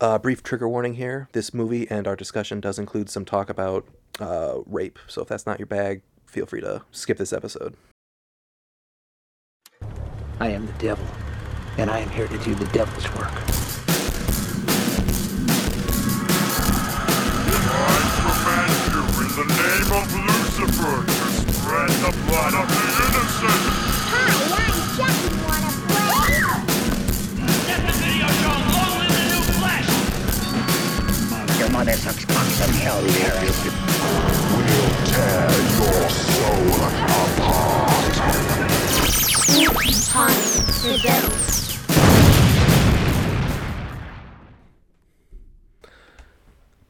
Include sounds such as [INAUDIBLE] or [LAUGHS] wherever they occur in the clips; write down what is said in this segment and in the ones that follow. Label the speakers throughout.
Speaker 1: uh, brief trigger warning here. This movie and our discussion does include some talk about uh, rape. So if that's not your bag, feel free to skip this episode.
Speaker 2: I am the devil, and I am here to do the devil's work.
Speaker 3: I command you in the name of Lucifer to spread the blood of the innocent.
Speaker 4: Hi, I'm Jackie. Wanna play?
Speaker 5: Deputy O'Shawn, long live the new flesh!
Speaker 2: Your mother sucks cocks from hell, Harris.
Speaker 4: Hi, the devil.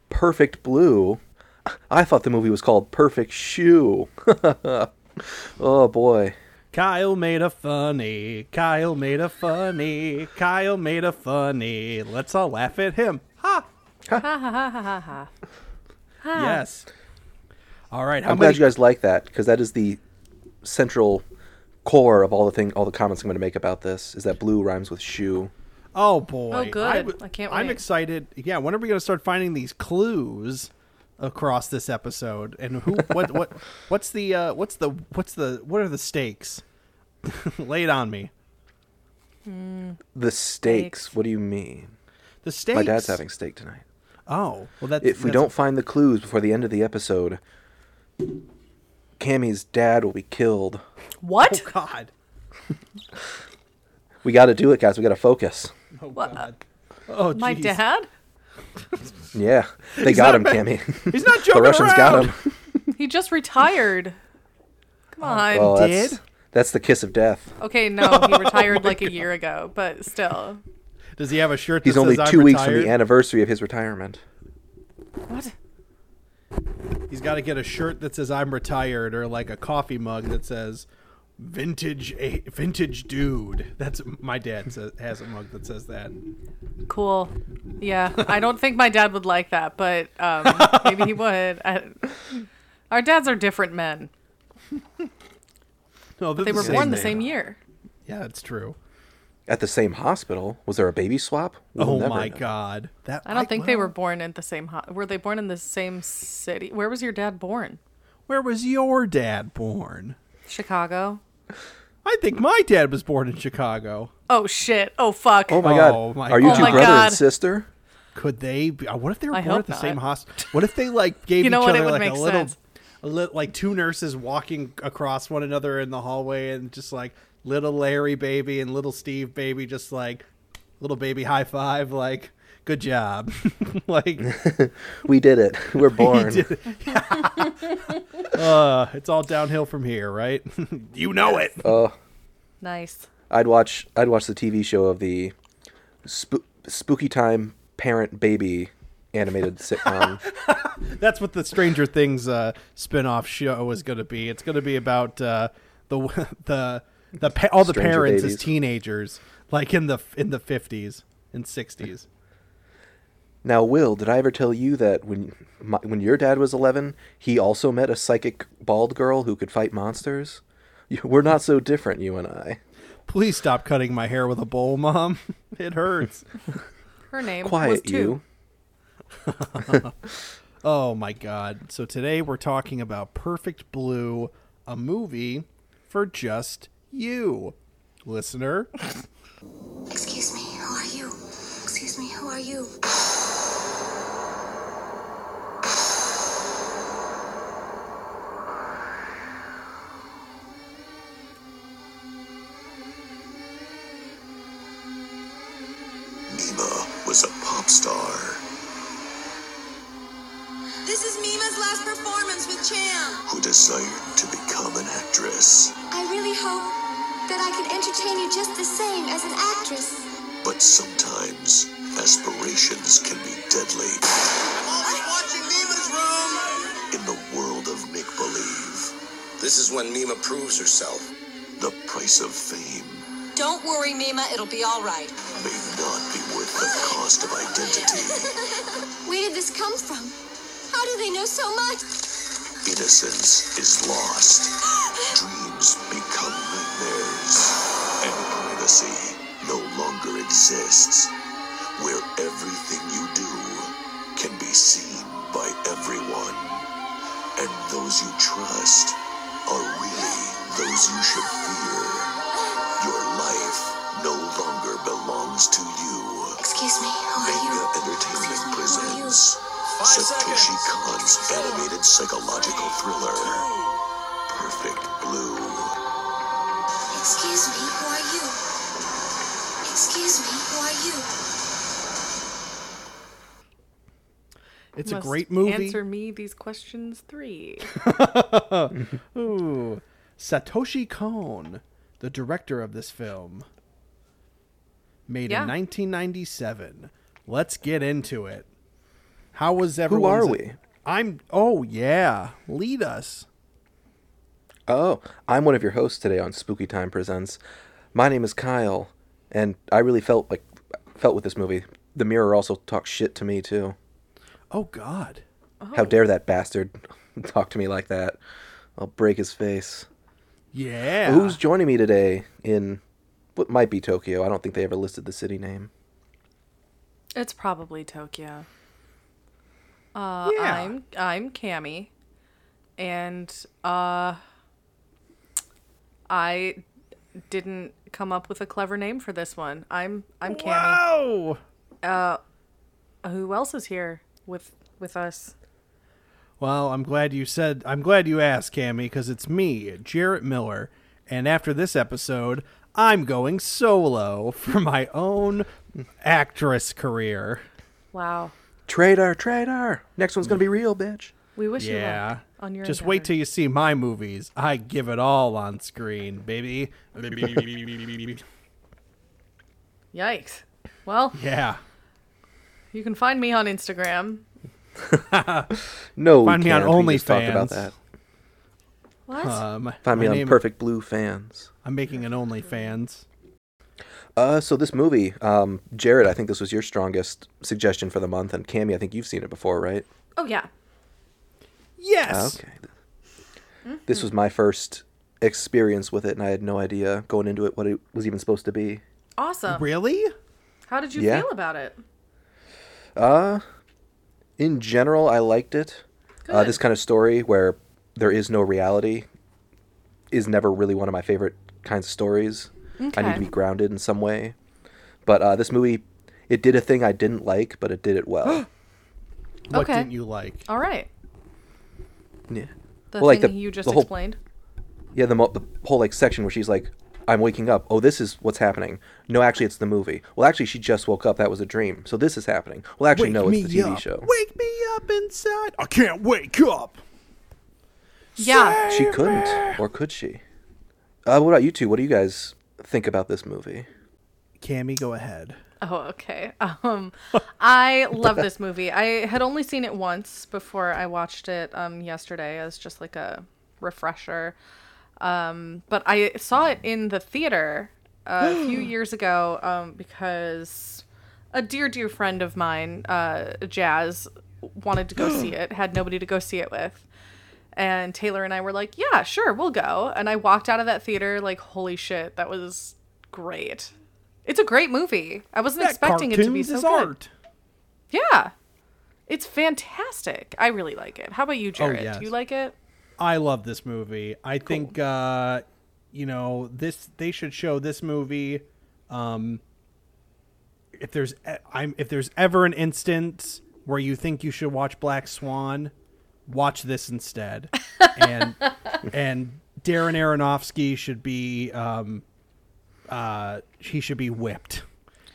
Speaker 1: Perfect Blue. [LAUGHS] I thought the movie was called Perfect Shoe. [LAUGHS] oh boy.
Speaker 6: Kyle made a funny. Kyle made a funny. Kyle made a funny. Let's all laugh at him. Ha! Ha ha ha ha ha. Yes. All right. How
Speaker 1: I'm glad
Speaker 6: many?
Speaker 1: you guys like that because that is the central core of all the thing, all the comments I'm going to make about this is that blue rhymes with shoe.
Speaker 6: oh boy.
Speaker 7: Oh, good.
Speaker 6: w-
Speaker 7: I can't
Speaker 6: I'm
Speaker 7: wait.
Speaker 6: excited. Yeah. When are we gonna start finding these clues across this episode?
Speaker 1: [LAUGHS]
Speaker 6: And who? What? what? What's the? Uh, what's the? What's the? What are the stakes? [LAUGHS] Lay it on me.
Speaker 1: The stakes. What do you mean?
Speaker 6: The stakes.
Speaker 1: My dad's having steak tonight.
Speaker 6: Oh well, that's
Speaker 1: If we
Speaker 6: that's-
Speaker 1: don't find the clues before the end of the episode, Cammy's dad will be killed.
Speaker 7: What?
Speaker 6: [LAUGHS] Oh God.
Speaker 1: We got to do it, guys. We got to focus.
Speaker 6: Oh God. Oh,
Speaker 7: My
Speaker 6: jeez.
Speaker 7: dad?
Speaker 1: Yeah, they got
Speaker 6: not
Speaker 1: him,
Speaker 6: ba-
Speaker 1: Cammy.
Speaker 6: [LAUGHS] He's not
Speaker 1: the
Speaker 6: joking
Speaker 1: Russians got
Speaker 6: around.
Speaker 1: him.
Speaker 7: He just retired. Come on.
Speaker 1: Oh, Well,
Speaker 6: did?
Speaker 1: that's [LAUGHS] Oh that's the kiss of death.
Speaker 7: okay, no, he
Speaker 1: [LAUGHS]
Speaker 7: retired like a year ago, but still.
Speaker 6: Does he have a shirt? That
Speaker 1: He's only
Speaker 6: says,
Speaker 1: 2
Speaker 6: I'm
Speaker 1: weeks from the
Speaker 6: retired"?
Speaker 1: anniversary of his retirement.
Speaker 7: What?
Speaker 6: He's got to get a shirt that says "I'm retired" or like a coffee mug that says "Vintage a- Vintage Dude." That's my dad says, has a mug that says that.
Speaker 7: Cool. Yeah, I don't think my dad would like that, but um, maybe he would. I, our dads are different men.
Speaker 6: No,
Speaker 7: They were born the same year.
Speaker 6: Yeah, that's true.
Speaker 1: At the same hospital, was there a baby swap? We'll
Speaker 6: oh
Speaker 1: never
Speaker 6: my
Speaker 1: know.
Speaker 6: God, that
Speaker 7: I don't think they
Speaker 6: well,
Speaker 7: were born in the same. Ho- were they born in the same city? Where was your dad born?
Speaker 6: Where was your dad born?
Speaker 7: Chicago.
Speaker 6: I think my dad was born in Chicago.
Speaker 7: Oh shit. Oh fuck.
Speaker 1: Oh my
Speaker 6: Oh
Speaker 1: god.
Speaker 6: my
Speaker 1: Are you
Speaker 6: God.
Speaker 1: two
Speaker 7: Oh my
Speaker 1: brother
Speaker 7: God.
Speaker 1: and sister?
Speaker 6: Could they? Be, uh, what if they were
Speaker 7: I
Speaker 6: born
Speaker 7: hope
Speaker 6: at the
Speaker 7: not.
Speaker 6: same hospital? What if they
Speaker 7: [LAUGHS]
Speaker 6: like gave
Speaker 7: You know
Speaker 6: each
Speaker 7: what? It
Speaker 6: other
Speaker 7: would
Speaker 6: like
Speaker 7: make
Speaker 6: a little,
Speaker 7: sense.
Speaker 6: a little, like two nurses walking across one another in the hallway, and just like little Larry baby and little Steve baby, just like little baby high five, like good job, [LAUGHS] like
Speaker 1: We did it. [LAUGHS] We're born.
Speaker 6: did [LAUGHS] uh, it's all downhill from here, right? [LAUGHS] you know it.
Speaker 7: Nice.
Speaker 1: I'd watch I'd watch the TV show of the sp- spooky time parent baby animated sitcom.
Speaker 6: That's what the Stranger Things uh, spin-off show is going to be. It's going to be about uh, the [LAUGHS] the the pa- all the
Speaker 1: Stranger
Speaker 6: parents
Speaker 1: babies.
Speaker 6: as teenagers, like in the in the fifties and sixties.
Speaker 1: now, Will, did I ever tell you that when my, when your dad was 11, he also met a psychic bald girl who could fight monsters? You- We're not so different, you and I.
Speaker 6: Please stop cutting my hair with a bowl, Mom. [LAUGHS]
Speaker 1: [LAUGHS]
Speaker 6: It hurts.
Speaker 7: Her name was
Speaker 1: Quiet
Speaker 7: two.
Speaker 1: you.
Speaker 6: oh my God! So today we're talking about Perfect Blue, a movie for just you, listener.
Speaker 8: Excuse me, who are you? Excuse me, who are you?
Speaker 9: Mima was a pop star.
Speaker 8: This is Mima's last performance with Cham.
Speaker 9: who desired to become an actress.
Speaker 8: I really hope that I can entertain you just the same as an [LAUGHS] actress.
Speaker 9: But sometimes aspirations can be deadly. In the world of make believe,
Speaker 10: This is when Mima proves herself.
Speaker 9: the price of fame
Speaker 8: Don't worry, Mima, it'll be all right.
Speaker 9: may not be worth the cost of identity,
Speaker 8: Where did this come from? How do they know so much?
Speaker 9: innocence is lost, dreams become nightmares, and privacy no longer exists. where everything you do can be seen by everyone. And those you trust are really those you should fear. Your life no longer belongs to you.
Speaker 8: Excuse me, who are you?
Speaker 9: Manga Entertainment presents Satoshi
Speaker 10: seconds.
Speaker 9: Kon's animated psychological thriller, Perfect Blue.
Speaker 8: Excuse me, who are you? Excuse me, who are you?
Speaker 6: It's a
Speaker 7: Must
Speaker 6: great movie.
Speaker 7: Answer me these questions three.
Speaker 6: [LAUGHS] Ooh. Satoshi Kon, the director of this film, made
Speaker 7: Yeah.
Speaker 6: in 1997. Let's get into it. How was
Speaker 1: Who
Speaker 6: everyone?
Speaker 1: are we?
Speaker 6: I'm. Oh yeah, lead us.
Speaker 1: Oh, I'm one of your hosts today on Spooky Time Presents. My name is Kyle, and I really felt like felt with this movie. The mirror also talked shit to me too.
Speaker 6: Oh God.
Speaker 1: How dare that bastard [LAUGHS] talk to me like that? I'll break his face.
Speaker 6: Yeah.
Speaker 1: Who's joining me today in what might be Tokyo? I don't think they ever listed the city name.
Speaker 7: It's probably Tokyo. Uh,
Speaker 6: Yeah.
Speaker 7: I'm I'm Cammy, and uh, I didn't come up with a clever name for this one. I'm I'm Cammy.
Speaker 6: Wow.
Speaker 7: Who else is here with with us?
Speaker 6: Well, I'm glad you said. I'm glad you asked, Cammy, because it's me, Jarrett Miller, and after this episode, I'm going solo for my own actress career.
Speaker 7: Wow,
Speaker 1: Traitor, traitor. Next one's gonna be real, bitch.
Speaker 7: we wish you
Speaker 6: Yeah.
Speaker 7: luck on your.
Speaker 6: Just wait
Speaker 7: endeavor.
Speaker 6: till you see my movies. I give it all on screen, baby.
Speaker 7: Yikes. Well,
Speaker 6: Yeah.
Speaker 7: you can find me on Instagram.
Speaker 1: No,
Speaker 6: Find me on
Speaker 1: can't. We just talked
Speaker 6: OnlyFans.
Speaker 1: about that.
Speaker 7: What?
Speaker 6: Um,
Speaker 1: Find me
Speaker 6: my
Speaker 1: on
Speaker 6: name-
Speaker 1: Perfect Blue Fans.
Speaker 6: I'm making an OnlyFans.
Speaker 1: Uh, so this movie, um, Jared, I think this was your strongest suggestion for the month, and Cammy, I think you've seen it before, right?
Speaker 7: oh yeah.
Speaker 6: Yes.
Speaker 1: Ah, Okay. This was my first experience with it, and I had no idea going into it what it was even supposed to be.
Speaker 7: Awesome.
Speaker 6: Really?
Speaker 7: How did you
Speaker 1: Yeah.
Speaker 7: feel about it?
Speaker 1: In general, I liked it. Uh,
Speaker 7: Good.
Speaker 1: this kind of story where there is no reality is never really one of my favorite kinds of stories. I need
Speaker 7: Okay.
Speaker 1: to be grounded in some way. But uh, this movie, it did a thing I didn't like, but it did it
Speaker 6: [GASPS]
Speaker 1: well.
Speaker 6: What
Speaker 7: Okay.
Speaker 6: didn't you like?
Speaker 7: All right.
Speaker 1: yeah.
Speaker 7: The
Speaker 1: Well, like
Speaker 7: thing
Speaker 1: the-
Speaker 7: you just
Speaker 1: the whole-
Speaker 7: explained.
Speaker 1: Yeah, the, mo- the whole like section where she's like, "I'm waking up. Oh, this is what's happening. No, actually, it's the movie. Well, actually, she just woke up. That was a dream. So this is happening. Well, actually,
Speaker 6: Wake
Speaker 1: no,
Speaker 6: me
Speaker 1: it's the TV
Speaker 6: up.
Speaker 1: show.
Speaker 6: Wake me up inside. I can't wake up.
Speaker 7: Yeah.
Speaker 1: She couldn't, or could she? Uh, what about you two? What do you guys think about this movie?
Speaker 6: Cammy, go ahead.
Speaker 7: Oh, okay. Um, I love this movie. I had only seen it once before I watched it um, yesterday as just like a refresher. Um, but I saw it in the theater
Speaker 6: [GASPS]
Speaker 7: uh, a few years ago um, because a dear, dear friend of mine, uh, Jazz, wanted to go
Speaker 6: [GASPS]
Speaker 7: see it, had nobody to go see it with. And Taylor and I were like, yeah, sure, we'll go. And I walked out of that theater like, holy shit, that was great. It's a great movie. I wasn't expecting it to be
Speaker 6: cartoons
Speaker 7: so
Speaker 6: is
Speaker 7: good.
Speaker 6: art.
Speaker 7: Yeah. It's fantastic. I really like it. How about you, Jared?
Speaker 6: Oh, yes.
Speaker 7: Do you like it?
Speaker 6: I love this movie. I think uh, you know this. They should show this movie. Um, if there's, e- I'm if there's ever an instance where you think you should watch Black Swan, watch this
Speaker 7: [LAUGHS]
Speaker 6: instead. and and Darren Aronofsky should be um, uh, he should be whipped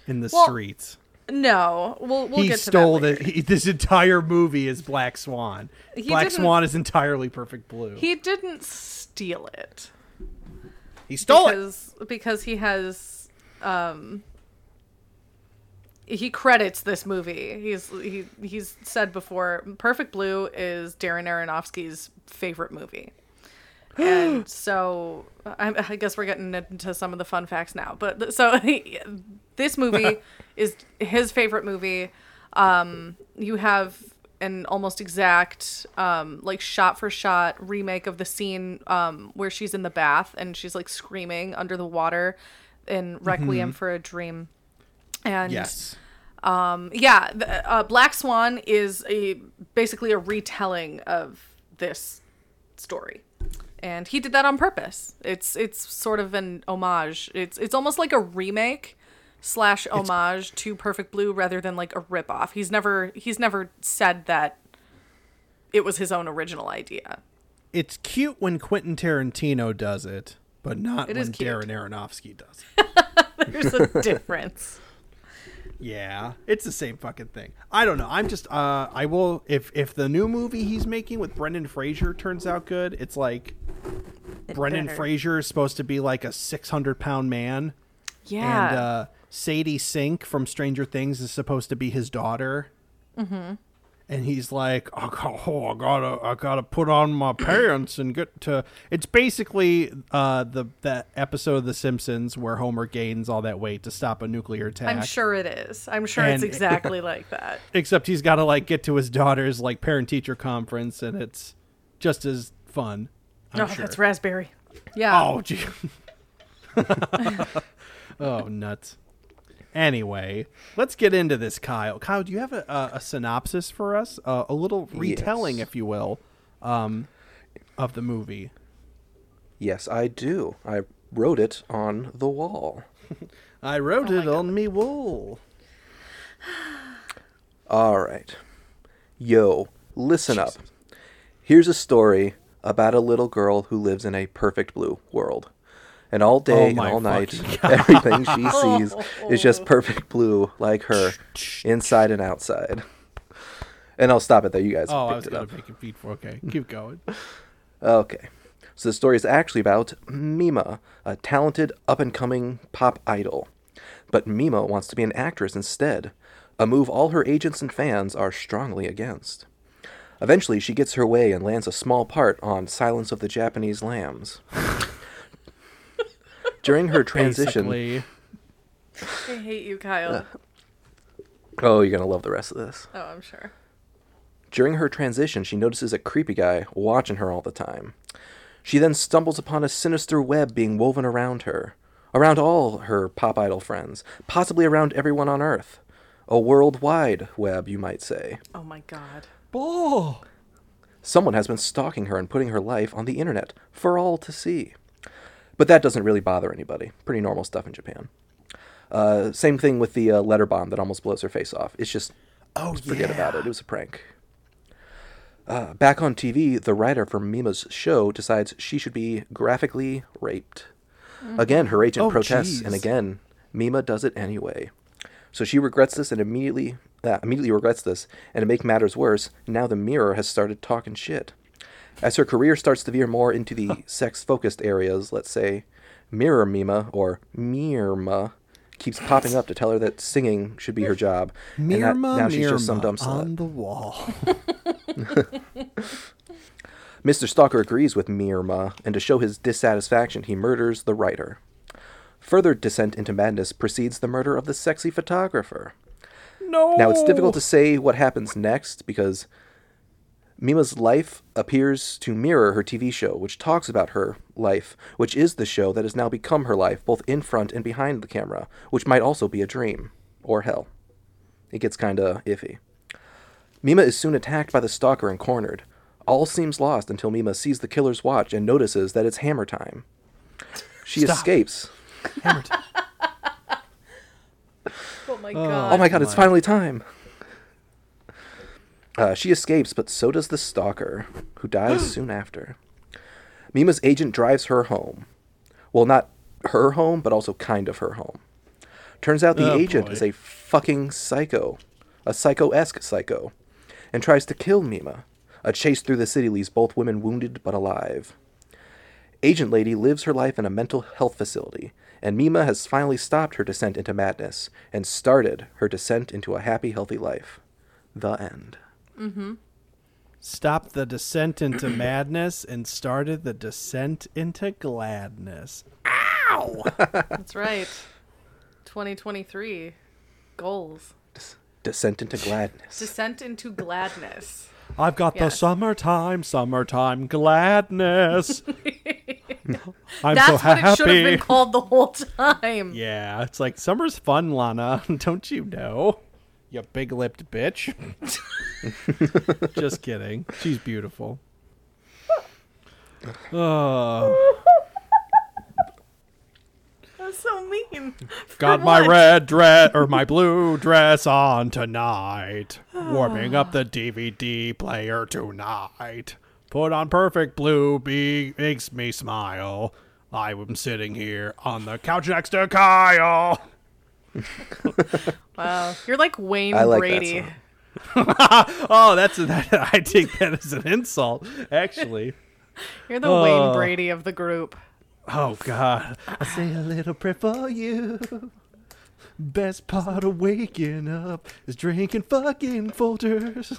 Speaker 6: in the
Speaker 7: Well,
Speaker 6: streets.
Speaker 7: No. We'll we'll
Speaker 6: he
Speaker 7: get to
Speaker 6: stole
Speaker 7: that.
Speaker 6: the,
Speaker 7: later.
Speaker 6: he, this entire movie is Black Swan.
Speaker 7: He
Speaker 6: Black
Speaker 7: didn't-
Speaker 6: Swan is entirely perfect blue.
Speaker 7: He didn't steal it.
Speaker 6: He stole it.
Speaker 7: because, because he has um he credits this movie. He's he he's said before Perfect Blue is Darren Aronofsky's favorite movie. And so I, I guess we're getting into some of the fun facts now. But th- so [LAUGHS] he, this movie is his favorite movie. Um, you have an almost exact, um, like shot for shot remake of the scene um, where she's in the bath and she's like screaming under the water in Requiem for a Dream. And
Speaker 6: Yes.
Speaker 7: Um, yeah, the, uh, Black Swan is a basically a retelling of this story, and he did that on purpose. It's it's sort of an homage. It's it's almost like a remake slash homage to Perfect Blue rather than like a ripoff. He's never he's never said that it was his own original idea. [LAUGHS]
Speaker 6: It's cute when Quentin Tarantino does it, but not
Speaker 7: It is
Speaker 6: when
Speaker 7: cute.
Speaker 6: Darren Aronofsky does it. [LAUGHS]
Speaker 7: There's [LAUGHS] a difference.
Speaker 6: yeah, it's the same fucking thing. I don't know. I'm just uh I will if if the new movie he's making with Brendan Fraser turns out good, it's like Brendan
Speaker 7: better.
Speaker 6: Fraser is supposed to be like a 600 pound man,
Speaker 7: Yeah.
Speaker 6: and uh, Sadie Sink from Stranger Things is supposed to be his daughter. Mm-hmm. And he's like, I gotta, oh, I gotta, I gotta put on my
Speaker 7: [CLEARS THROAT]
Speaker 6: pants and get to. It's basically uh, the that episode of The Simpsons where Homer gains all that weight to stop a nuclear attack.
Speaker 7: I'm sure it is. I'm sure
Speaker 6: And- [LAUGHS]
Speaker 7: it's exactly like that.
Speaker 6: Except he's got to like get to his daughter's like parent teacher conference, and it's just as fun. I'm
Speaker 7: No,
Speaker 6: sure.
Speaker 7: that's raspberry. Yeah.
Speaker 6: Oh, gee. [LAUGHS] oh, nuts. Anyway, let's get into this, Kyle. Kyle, do you have a, a, a synopsis for us? Uh, a little retelling,
Speaker 1: Yes.
Speaker 6: if you will, um, of the movie.
Speaker 1: Yes, I do. I wrote it on the wall.
Speaker 6: I wrote it on me wool.
Speaker 1: All right. Yo, listen up. Here's a story about a little girl who lives in a perfect blue world. And all day and
Speaker 6: Oh my
Speaker 1: all night, [LAUGHS] everything
Speaker 6: [LAUGHS]
Speaker 1: she sees is just perfect blue, like her, inside and outside. And I'll stop it there. You guys
Speaker 6: Oh, I
Speaker 1: picked
Speaker 6: was
Speaker 1: it
Speaker 6: gonna
Speaker 1: up.
Speaker 6: make it feed
Speaker 1: [LAUGHS]
Speaker 6: for. Okay, keep going.
Speaker 1: Okay. So the story is actually about Mima, a talented up and coming pop idol. But Mima wants to be an actress instead, a move all her agents and fans are strongly against. Eventually, she gets her way and lands a small part on Silence of the Japanese Lambs. During her transition.
Speaker 6: Basically,
Speaker 7: I hate you, Kyle.
Speaker 1: Oh, you're going to love the rest of this.
Speaker 7: Oh, I'm sure.
Speaker 1: During her transition, she notices a creepy guy watching her all the time. She then stumbles upon a sinister web being woven around her, around all her pop idol friends, possibly around everyone on Earth. A worldwide web, you might say.
Speaker 7: Oh my god.
Speaker 6: oh,
Speaker 1: Someone has been stalking her and putting her life on the internet for all to see. But that doesn't really bother anybody. Pretty normal stuff in Japan. Uh, same thing with the uh, letter bomb that almost blows her face off. It's just
Speaker 6: oh,
Speaker 1: forget about it. It was a prank. Uh, back on TV, the writer for Mima's show decides she should be graphically raped. Again, her agent
Speaker 6: Oh,
Speaker 1: protests, and
Speaker 6: jeez.
Speaker 1: again, Mima does it anyway. So she regrets this and immediately uh, immediately regrets this, and to make matters worse, now the mirror has started talking shit. As her career starts to veer more into the
Speaker 6: [LAUGHS]
Speaker 1: sex-focused areas, let's say, Mirror Mima or Mirma keeps popping up to tell her that singing should be her job, and that
Speaker 6: Mirma,
Speaker 1: now she's just some
Speaker 6: Mirma
Speaker 1: dumb slut.
Speaker 6: on the wall.
Speaker 1: Mr. Stalker agrees with Mirma, and to show his dissatisfaction, he murders the writer. Further descent into madness precedes the murder of the sexy photographer.
Speaker 6: no.
Speaker 1: Now, it's difficult to say what happens next because Mima's life appears to mirror her TV show, which talks about her life, which is the show that has now become her life, both in front and behind the camera, which might also be a dream or hell. It gets kinda iffy. Mima is soon attacked by the stalker and cornered. All seems lost until Mima sees the killer's watch and notices that it's hammer time. She
Speaker 6: Stop.
Speaker 1: escapes.
Speaker 6: Hammer time.
Speaker 7: Oh my
Speaker 1: Oh
Speaker 7: god.
Speaker 1: my god, it's finally time. Uh, she escapes, but so does the stalker, who dies soon after. Mima's agent drives her home. Well, not her home, but also kind of her home. Turns out the
Speaker 6: Oh,
Speaker 1: agent
Speaker 6: boy.
Speaker 1: is a fucking psycho, a psycho esque psycho, and tries to kill Mima. A chase through the city leaves both women wounded but alive. Agent Lady lives her life in a mental health facility, and Mima has finally stopped her descent into madness and started her descent into a happy, healthy life. The end.
Speaker 6: stopped the descent into [CLEARS THROAT] madness and started the descent into gladness.
Speaker 7: That's right. 2023 goals.
Speaker 1: Descent into gladness.
Speaker 7: Descent into gladness.
Speaker 6: I've got the
Speaker 7: Yes.
Speaker 6: summertime, summertime
Speaker 7: [LAUGHS]
Speaker 6: gladness. I'm
Speaker 7: That's
Speaker 6: so
Speaker 7: what it should have
Speaker 6: happy. [LAUGHS]
Speaker 7: been called the whole time.
Speaker 6: [LAUGHS] yeah, it's like summer's fun, Lana. Don't you know? you big lipped bitch. Just kidding. She's beautiful. Oh,
Speaker 7: That's so mean.
Speaker 6: got
Speaker 7: For
Speaker 6: my
Speaker 7: what?
Speaker 6: red dress or my blue dress on tonight. Warming up the DVD player tonight. Put on perfect blue, be makes me smile. I am sitting here on the couch next to Kyle.
Speaker 7: Wow, you're like Wayne
Speaker 1: I like that
Speaker 7: Brady.
Speaker 1: song.
Speaker 6: Oh, that's [LAUGHS] that. I take that as an insult, actually.
Speaker 7: You're the Wayne Brady of the group.
Speaker 6: Oh God! I say a little prayer for you. Best part of waking up is drinking fucking Folgers.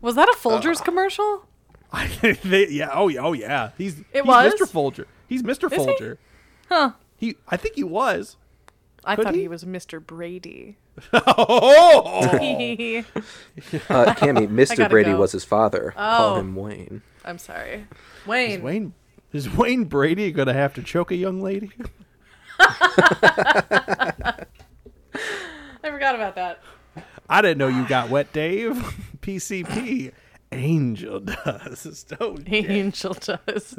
Speaker 7: Was that a Folgers
Speaker 1: Uh,
Speaker 7: commercial?
Speaker 6: I, [LAUGHS] they, yeah. Oh yeah. Oh yeah. He's
Speaker 7: It
Speaker 6: he's
Speaker 7: was?
Speaker 6: Mr. Folger. He's Mr.
Speaker 7: Is he?
Speaker 6: Folger.
Speaker 7: Huh.
Speaker 6: He. I think he was.
Speaker 7: I
Speaker 6: Could
Speaker 7: thought
Speaker 6: he?
Speaker 7: he? was Mr. Brady.
Speaker 6: [LAUGHS] Oh.
Speaker 1: Uh,
Speaker 7: [LAUGHS]
Speaker 1: Cammy, Mr.
Speaker 7: gotta
Speaker 1: Brady
Speaker 7: go.
Speaker 1: was his father. Call
Speaker 7: Oh.
Speaker 1: him Wayne.
Speaker 7: [LAUGHS] I'm sorry. Wayne.
Speaker 6: Wayne. Is Wayne Brady gonna have to choke a young lady? [LAUGHS]
Speaker 7: I forgot about
Speaker 6: [LAUGHS]
Speaker 7: that.
Speaker 6: I didn't know you got wet, Dave. [LAUGHS] PCP. Angel does. [LAUGHS] Oh, [LAUGHS]
Speaker 7: Angel dust.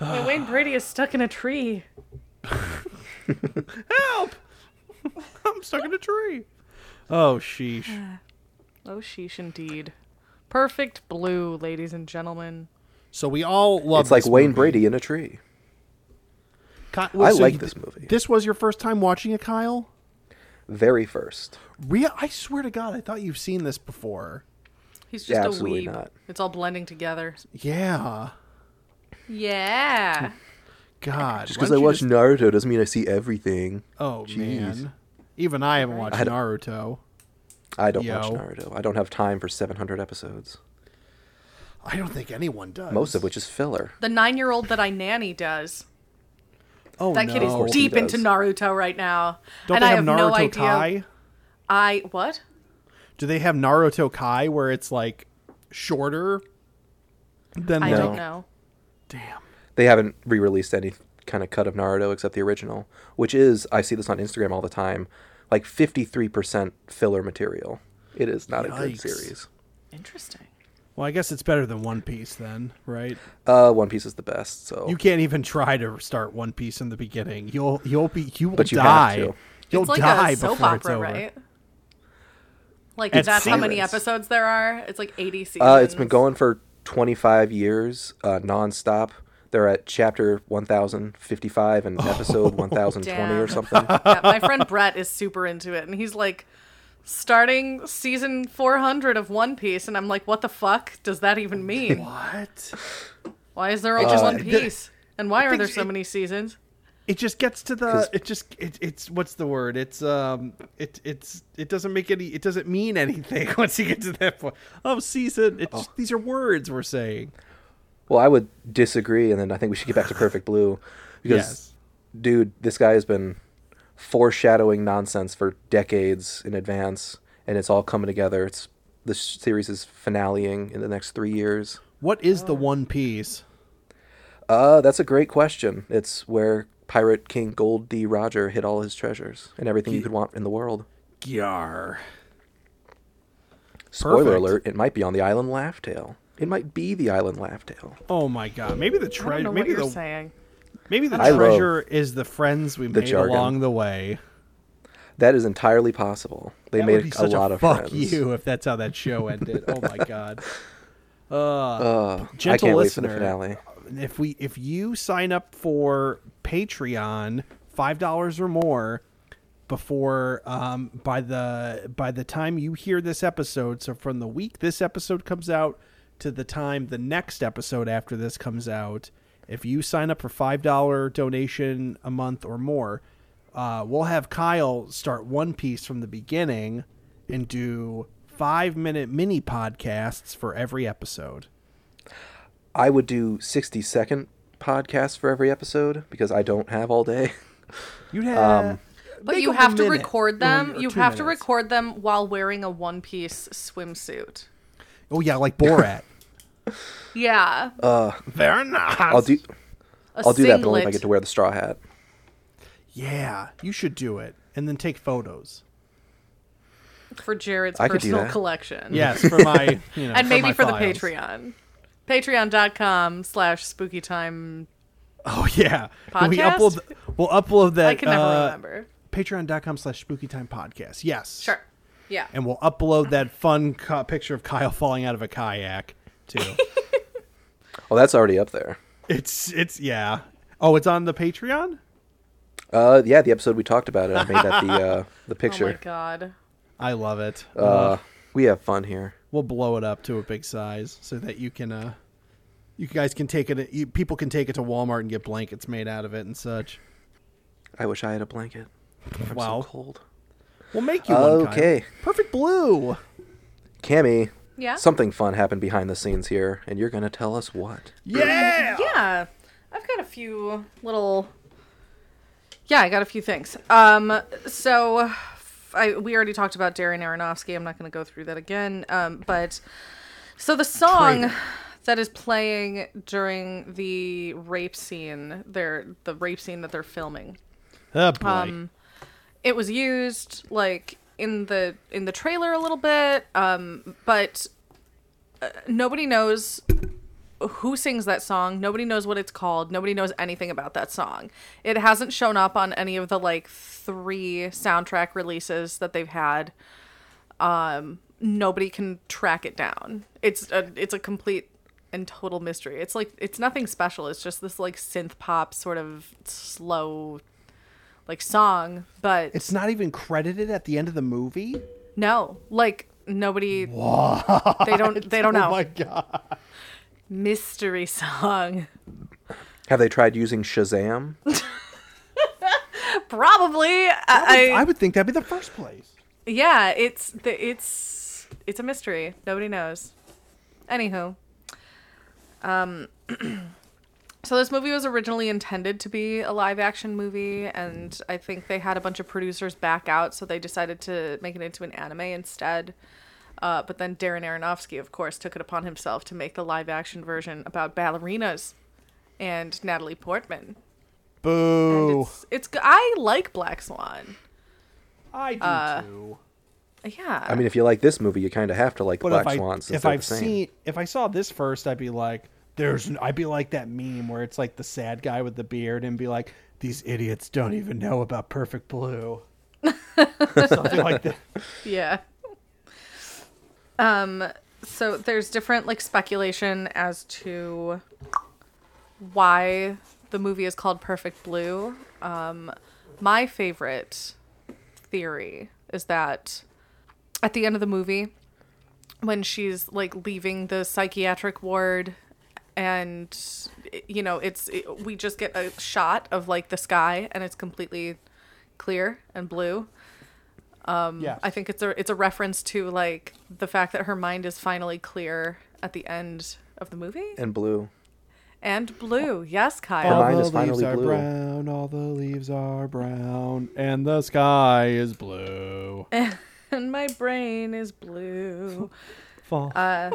Speaker 7: Yeah, Wayne Brady is stuck in a tree.
Speaker 6: help! I'm stuck in a tree. Oh, sheesh.
Speaker 7: Oh, sheesh, indeed. Perfect blue, ladies and gentlemen.
Speaker 6: So we all love.
Speaker 1: It's like
Speaker 6: this
Speaker 1: Wayne
Speaker 6: movie.
Speaker 1: Brady in a tree.
Speaker 6: Ki-
Speaker 1: I
Speaker 6: so
Speaker 1: like
Speaker 6: you-
Speaker 1: this movie.
Speaker 6: This was your first time watching it, Kyle.
Speaker 1: Very first.
Speaker 6: Rhea, I swear to God, I thought you've seen this before.
Speaker 7: He's just
Speaker 1: Yeah,
Speaker 7: a
Speaker 1: absolutely
Speaker 7: weeb.
Speaker 1: not.
Speaker 7: It's all blending together.
Speaker 6: Yeah,
Speaker 1: [LAUGHS]
Speaker 7: Yeah.
Speaker 6: God.
Speaker 1: Just
Speaker 6: why
Speaker 1: because I
Speaker 6: don't you
Speaker 1: watch
Speaker 6: just-
Speaker 1: Naruto doesn't mean I see everything.
Speaker 6: oh man, even I haven't watched
Speaker 1: I don't-
Speaker 6: Naruto.
Speaker 1: I don't watch
Speaker 6: Yo.
Speaker 1: Naruto. I don't have time for 700 episodes,
Speaker 6: I don't think anyone does.
Speaker 1: most of which is filler.
Speaker 7: The nine year old that I nanny does.
Speaker 6: Oh
Speaker 7: That
Speaker 6: no.
Speaker 7: kid is deep
Speaker 1: he
Speaker 7: into
Speaker 1: does.
Speaker 7: Naruto right now.
Speaker 6: Don't
Speaker 7: and
Speaker 6: they
Speaker 7: I
Speaker 6: have
Speaker 7: have,
Speaker 6: Naruto
Speaker 7: no idea.
Speaker 6: Kai?
Speaker 7: I what?
Speaker 6: Do they have Naruto Kai where it's like shorter than
Speaker 7: I
Speaker 6: like?
Speaker 7: don't know.
Speaker 6: Damn.
Speaker 1: They haven't re released any kind of cut of Naruto except the original, which is, I see this on Instagram all the time, like 53% filler material. It is not a good
Speaker 6: Yikes.
Speaker 1: series.
Speaker 7: Interesting.
Speaker 6: Well, I guess it's better than One Piece then, right?
Speaker 1: Uh, One Piece is the best, so.
Speaker 6: You can't even try to start One Piece in the beginning. You'll you'll be you will
Speaker 1: But you
Speaker 6: die.
Speaker 1: have to.
Speaker 6: You'll
Speaker 7: It's like
Speaker 6: die
Speaker 7: a soap
Speaker 6: before
Speaker 7: opera,
Speaker 6: it's over.
Speaker 7: right? Like
Speaker 6: It's
Speaker 7: that's how many
Speaker 1: series.
Speaker 7: episodes there are? It's like eighty seasons.
Speaker 1: Uh, it's been going for 25 years, uh, nonstop. They're at chapter 1055
Speaker 6: [LAUGHS]
Speaker 1: and
Speaker 6: Oh,
Speaker 1: episode 1020 or
Speaker 7: Damn.
Speaker 1: something.
Speaker 7: Yeah, my friend Brett is super into it, and he's like starting season four hundred of One Piece, and I'm like, what the fuck does that even mean?
Speaker 6: What?
Speaker 7: Why is there only
Speaker 6: Uh,
Speaker 7: One Piece? And why are there so many seasons?
Speaker 6: It just gets to the.
Speaker 1: 'Cause-
Speaker 6: It just it, it's what's the word? It's um it it's it doesn't make any. It doesn't mean [LAUGHS] anything once you get to that point. Oh, season. It's just- these are words we're saying.
Speaker 1: Well, I would disagree, and then I think we should get back to
Speaker 6: [LAUGHS]
Speaker 1: Perfect Blue because,
Speaker 6: Yes.
Speaker 1: dude, this guy has been foreshadowing nonsense for decades in advance, and it's all coming together. It's the series is finaleing in the next three years.
Speaker 6: What is the One Piece?
Speaker 1: Uh, that's a great question. It's where Pirate King Gold D. Roger hid all his treasures and everything you could want in the world.
Speaker 6: Gyar.
Speaker 1: Spoiler
Speaker 6: Perfect.
Speaker 1: alert, it might be on the island Laughtail. It might be the island Laughtail.
Speaker 6: Oh my God! Maybe the
Speaker 7: I don't
Speaker 6: treasure.
Speaker 7: know what
Speaker 6: Maybe
Speaker 7: you're
Speaker 6: the
Speaker 7: saying.
Speaker 6: maybe the
Speaker 1: I love
Speaker 6: treasure is the friends we
Speaker 1: the
Speaker 6: made
Speaker 1: jargon.
Speaker 6: along the way.
Speaker 1: That is entirely possible. They
Speaker 6: That
Speaker 1: made
Speaker 6: would be
Speaker 1: a
Speaker 6: such
Speaker 1: lot
Speaker 6: a
Speaker 1: of
Speaker 6: fuck
Speaker 1: friends.
Speaker 6: you if that's how that show ended. oh
Speaker 1: [LAUGHS]
Speaker 6: my god.
Speaker 1: Uh, I
Speaker 6: Gentle
Speaker 1: can't wait
Speaker 6: listener,
Speaker 1: for the finale.
Speaker 6: if we if you sign up for Patreon, five dollars or more, before um, by the by the time you hear this episode, so from the week this episode comes out to the time the next episode after this comes out, if you sign up for five dollar donation a month or more, uh, we'll have Kyle start One Piece from the beginning and do five minute mini podcasts for every episode.
Speaker 1: I would do 60 second podcasts for every episode because I don't have all day. [LAUGHS]
Speaker 6: You'd have.
Speaker 1: Um,
Speaker 7: But
Speaker 6: Make
Speaker 7: you
Speaker 6: up a
Speaker 7: have to
Speaker 6: minute.
Speaker 7: record
Speaker 6: Or-
Speaker 7: them.
Speaker 6: or
Speaker 7: You
Speaker 6: two
Speaker 7: have to
Speaker 6: minutes.
Speaker 7: record them while wearing a one piece swimsuit.
Speaker 6: Oh yeah, like Borat.
Speaker 7: Yeah.
Speaker 6: [LAUGHS] Uh, Very nice.
Speaker 1: I'll do
Speaker 7: i
Speaker 1: I'll do that, but only if I get to wear the straw hat.
Speaker 6: Yeah, you should do it, and then take photos.
Speaker 7: for Jared's
Speaker 1: I could do
Speaker 7: personal
Speaker 1: that.
Speaker 7: collection.
Speaker 6: Yes, for my you [LAUGHS] know,
Speaker 7: and maybe
Speaker 6: my
Speaker 7: for
Speaker 6: files.
Speaker 7: the Patreon. Patreon.com slash spooky time.
Speaker 6: Oh yeah, we
Speaker 7: Podcast?
Speaker 6: upload. We'll upload that.
Speaker 7: I can never
Speaker 6: uh,
Speaker 7: remember.
Speaker 6: Patreon.com slash Spooky Time Podcast. Yes,
Speaker 7: Sure. Yeah.
Speaker 6: And we'll upload that fun co- picture of Kyle [LAUGHS] falling out of a kayak
Speaker 7: [LAUGHS]
Speaker 6: too.
Speaker 1: Oh, that's already up there.
Speaker 6: it's it's yeah. Oh, it's on the Patreon.
Speaker 1: Uh, yeah, the episode we talked about it, I made that
Speaker 7: [LAUGHS]
Speaker 1: the uh, the
Speaker 7: oh my
Speaker 1: picture.
Speaker 7: god.
Speaker 6: I love it.
Speaker 1: uh, we have fun here.
Speaker 6: we'll blow it up to a big size so that you can uh you guys can take it you, people can take it to walmart and get blankets made out of it and such
Speaker 1: I wish I had a blanket. I'm
Speaker 6: Wow.
Speaker 1: so cold.
Speaker 6: we'll make you one Kyle.
Speaker 1: Okay.
Speaker 6: perfect blue
Speaker 1: Cammy,
Speaker 7: Yeah?
Speaker 1: something fun happened behind the scenes here, and you're gonna tell us what.
Speaker 6: yeah
Speaker 7: Yeah. I've got a few little Yeah, I got a few things. Um so f- I we already talked about Darren Aronofsky. I'm not going to go through that again. Um but so the song that is playing during the rape scene, their the rape scene that they're filming.
Speaker 6: oh boy
Speaker 7: Um, it was used like in the in the trailer a little bit um but uh, nobody knows who sings that song nobody knows what it's called nobody knows anything about that song it hasn't shown up on any of the like three soundtrack releases that they've had um nobody can track it down it's a it's a complete and total mystery it's like it's nothing special it's just this like synth pop sort of slow like song but
Speaker 6: it's not even credited at the end of the movie
Speaker 7: no, like
Speaker 6: [LAUGHS]
Speaker 7: nobody. They don't. They don't
Speaker 6: oh
Speaker 7: know.
Speaker 6: my god
Speaker 7: Mystery [LAUGHS] song.
Speaker 1: Have they tried using Shazam?
Speaker 7: Probably. I,
Speaker 6: i
Speaker 7: I,
Speaker 6: would think that'd be the first place
Speaker 7: yeah. It's the. It's. It's a mystery. Nobody knows. Anywho. Um. [CLEARS THROAT] So this movie was originally intended to be a live action movie and I think they had a bunch of producers back out so they decided to make it into an anime instead. Uh, but then Darren Aronofsky of course took it upon himself to make the live action version about ballerinas and Natalie Portman. And
Speaker 6: boo
Speaker 7: it's, it's g- I like Black Swan.
Speaker 6: i do
Speaker 7: uh,
Speaker 6: too
Speaker 7: Yeah.
Speaker 1: I mean, if you like this movie, you kind of have to like
Speaker 6: but
Speaker 1: Black
Speaker 6: if
Speaker 1: Swan.
Speaker 6: i
Speaker 1: since
Speaker 6: if
Speaker 1: they're the
Speaker 6: i've
Speaker 1: same.
Speaker 6: seen if i saw this first i'd be like there's n- i'd be like that meme where it's like the sad guy with the beard and be like these idiots don't even know about perfect
Speaker 7: [LAUGHS]
Speaker 6: blue something like that
Speaker 7: yeah. Um so there's different like speculation as to why the movie is called Perfect Blue. Um my favorite theory is that at the end of the movie when she's like leaving the psychiatric ward and you know it's it, we just get a shot of like the sky and it's completely clear and blue
Speaker 6: yeah
Speaker 7: Um, I think it's a it's a reference to like the fact that her mind is finally clear at the end of the movie.
Speaker 1: and blue.
Speaker 7: And blue, yes,
Speaker 1: Her
Speaker 7: Kyle.
Speaker 1: mind is
Speaker 6: all the leaves
Speaker 1: finally
Speaker 6: are
Speaker 1: blue.
Speaker 6: brown all the leaves are brown and the sky is blue
Speaker 7: And my brain is blue.
Speaker 6: Fall.
Speaker 7: uh,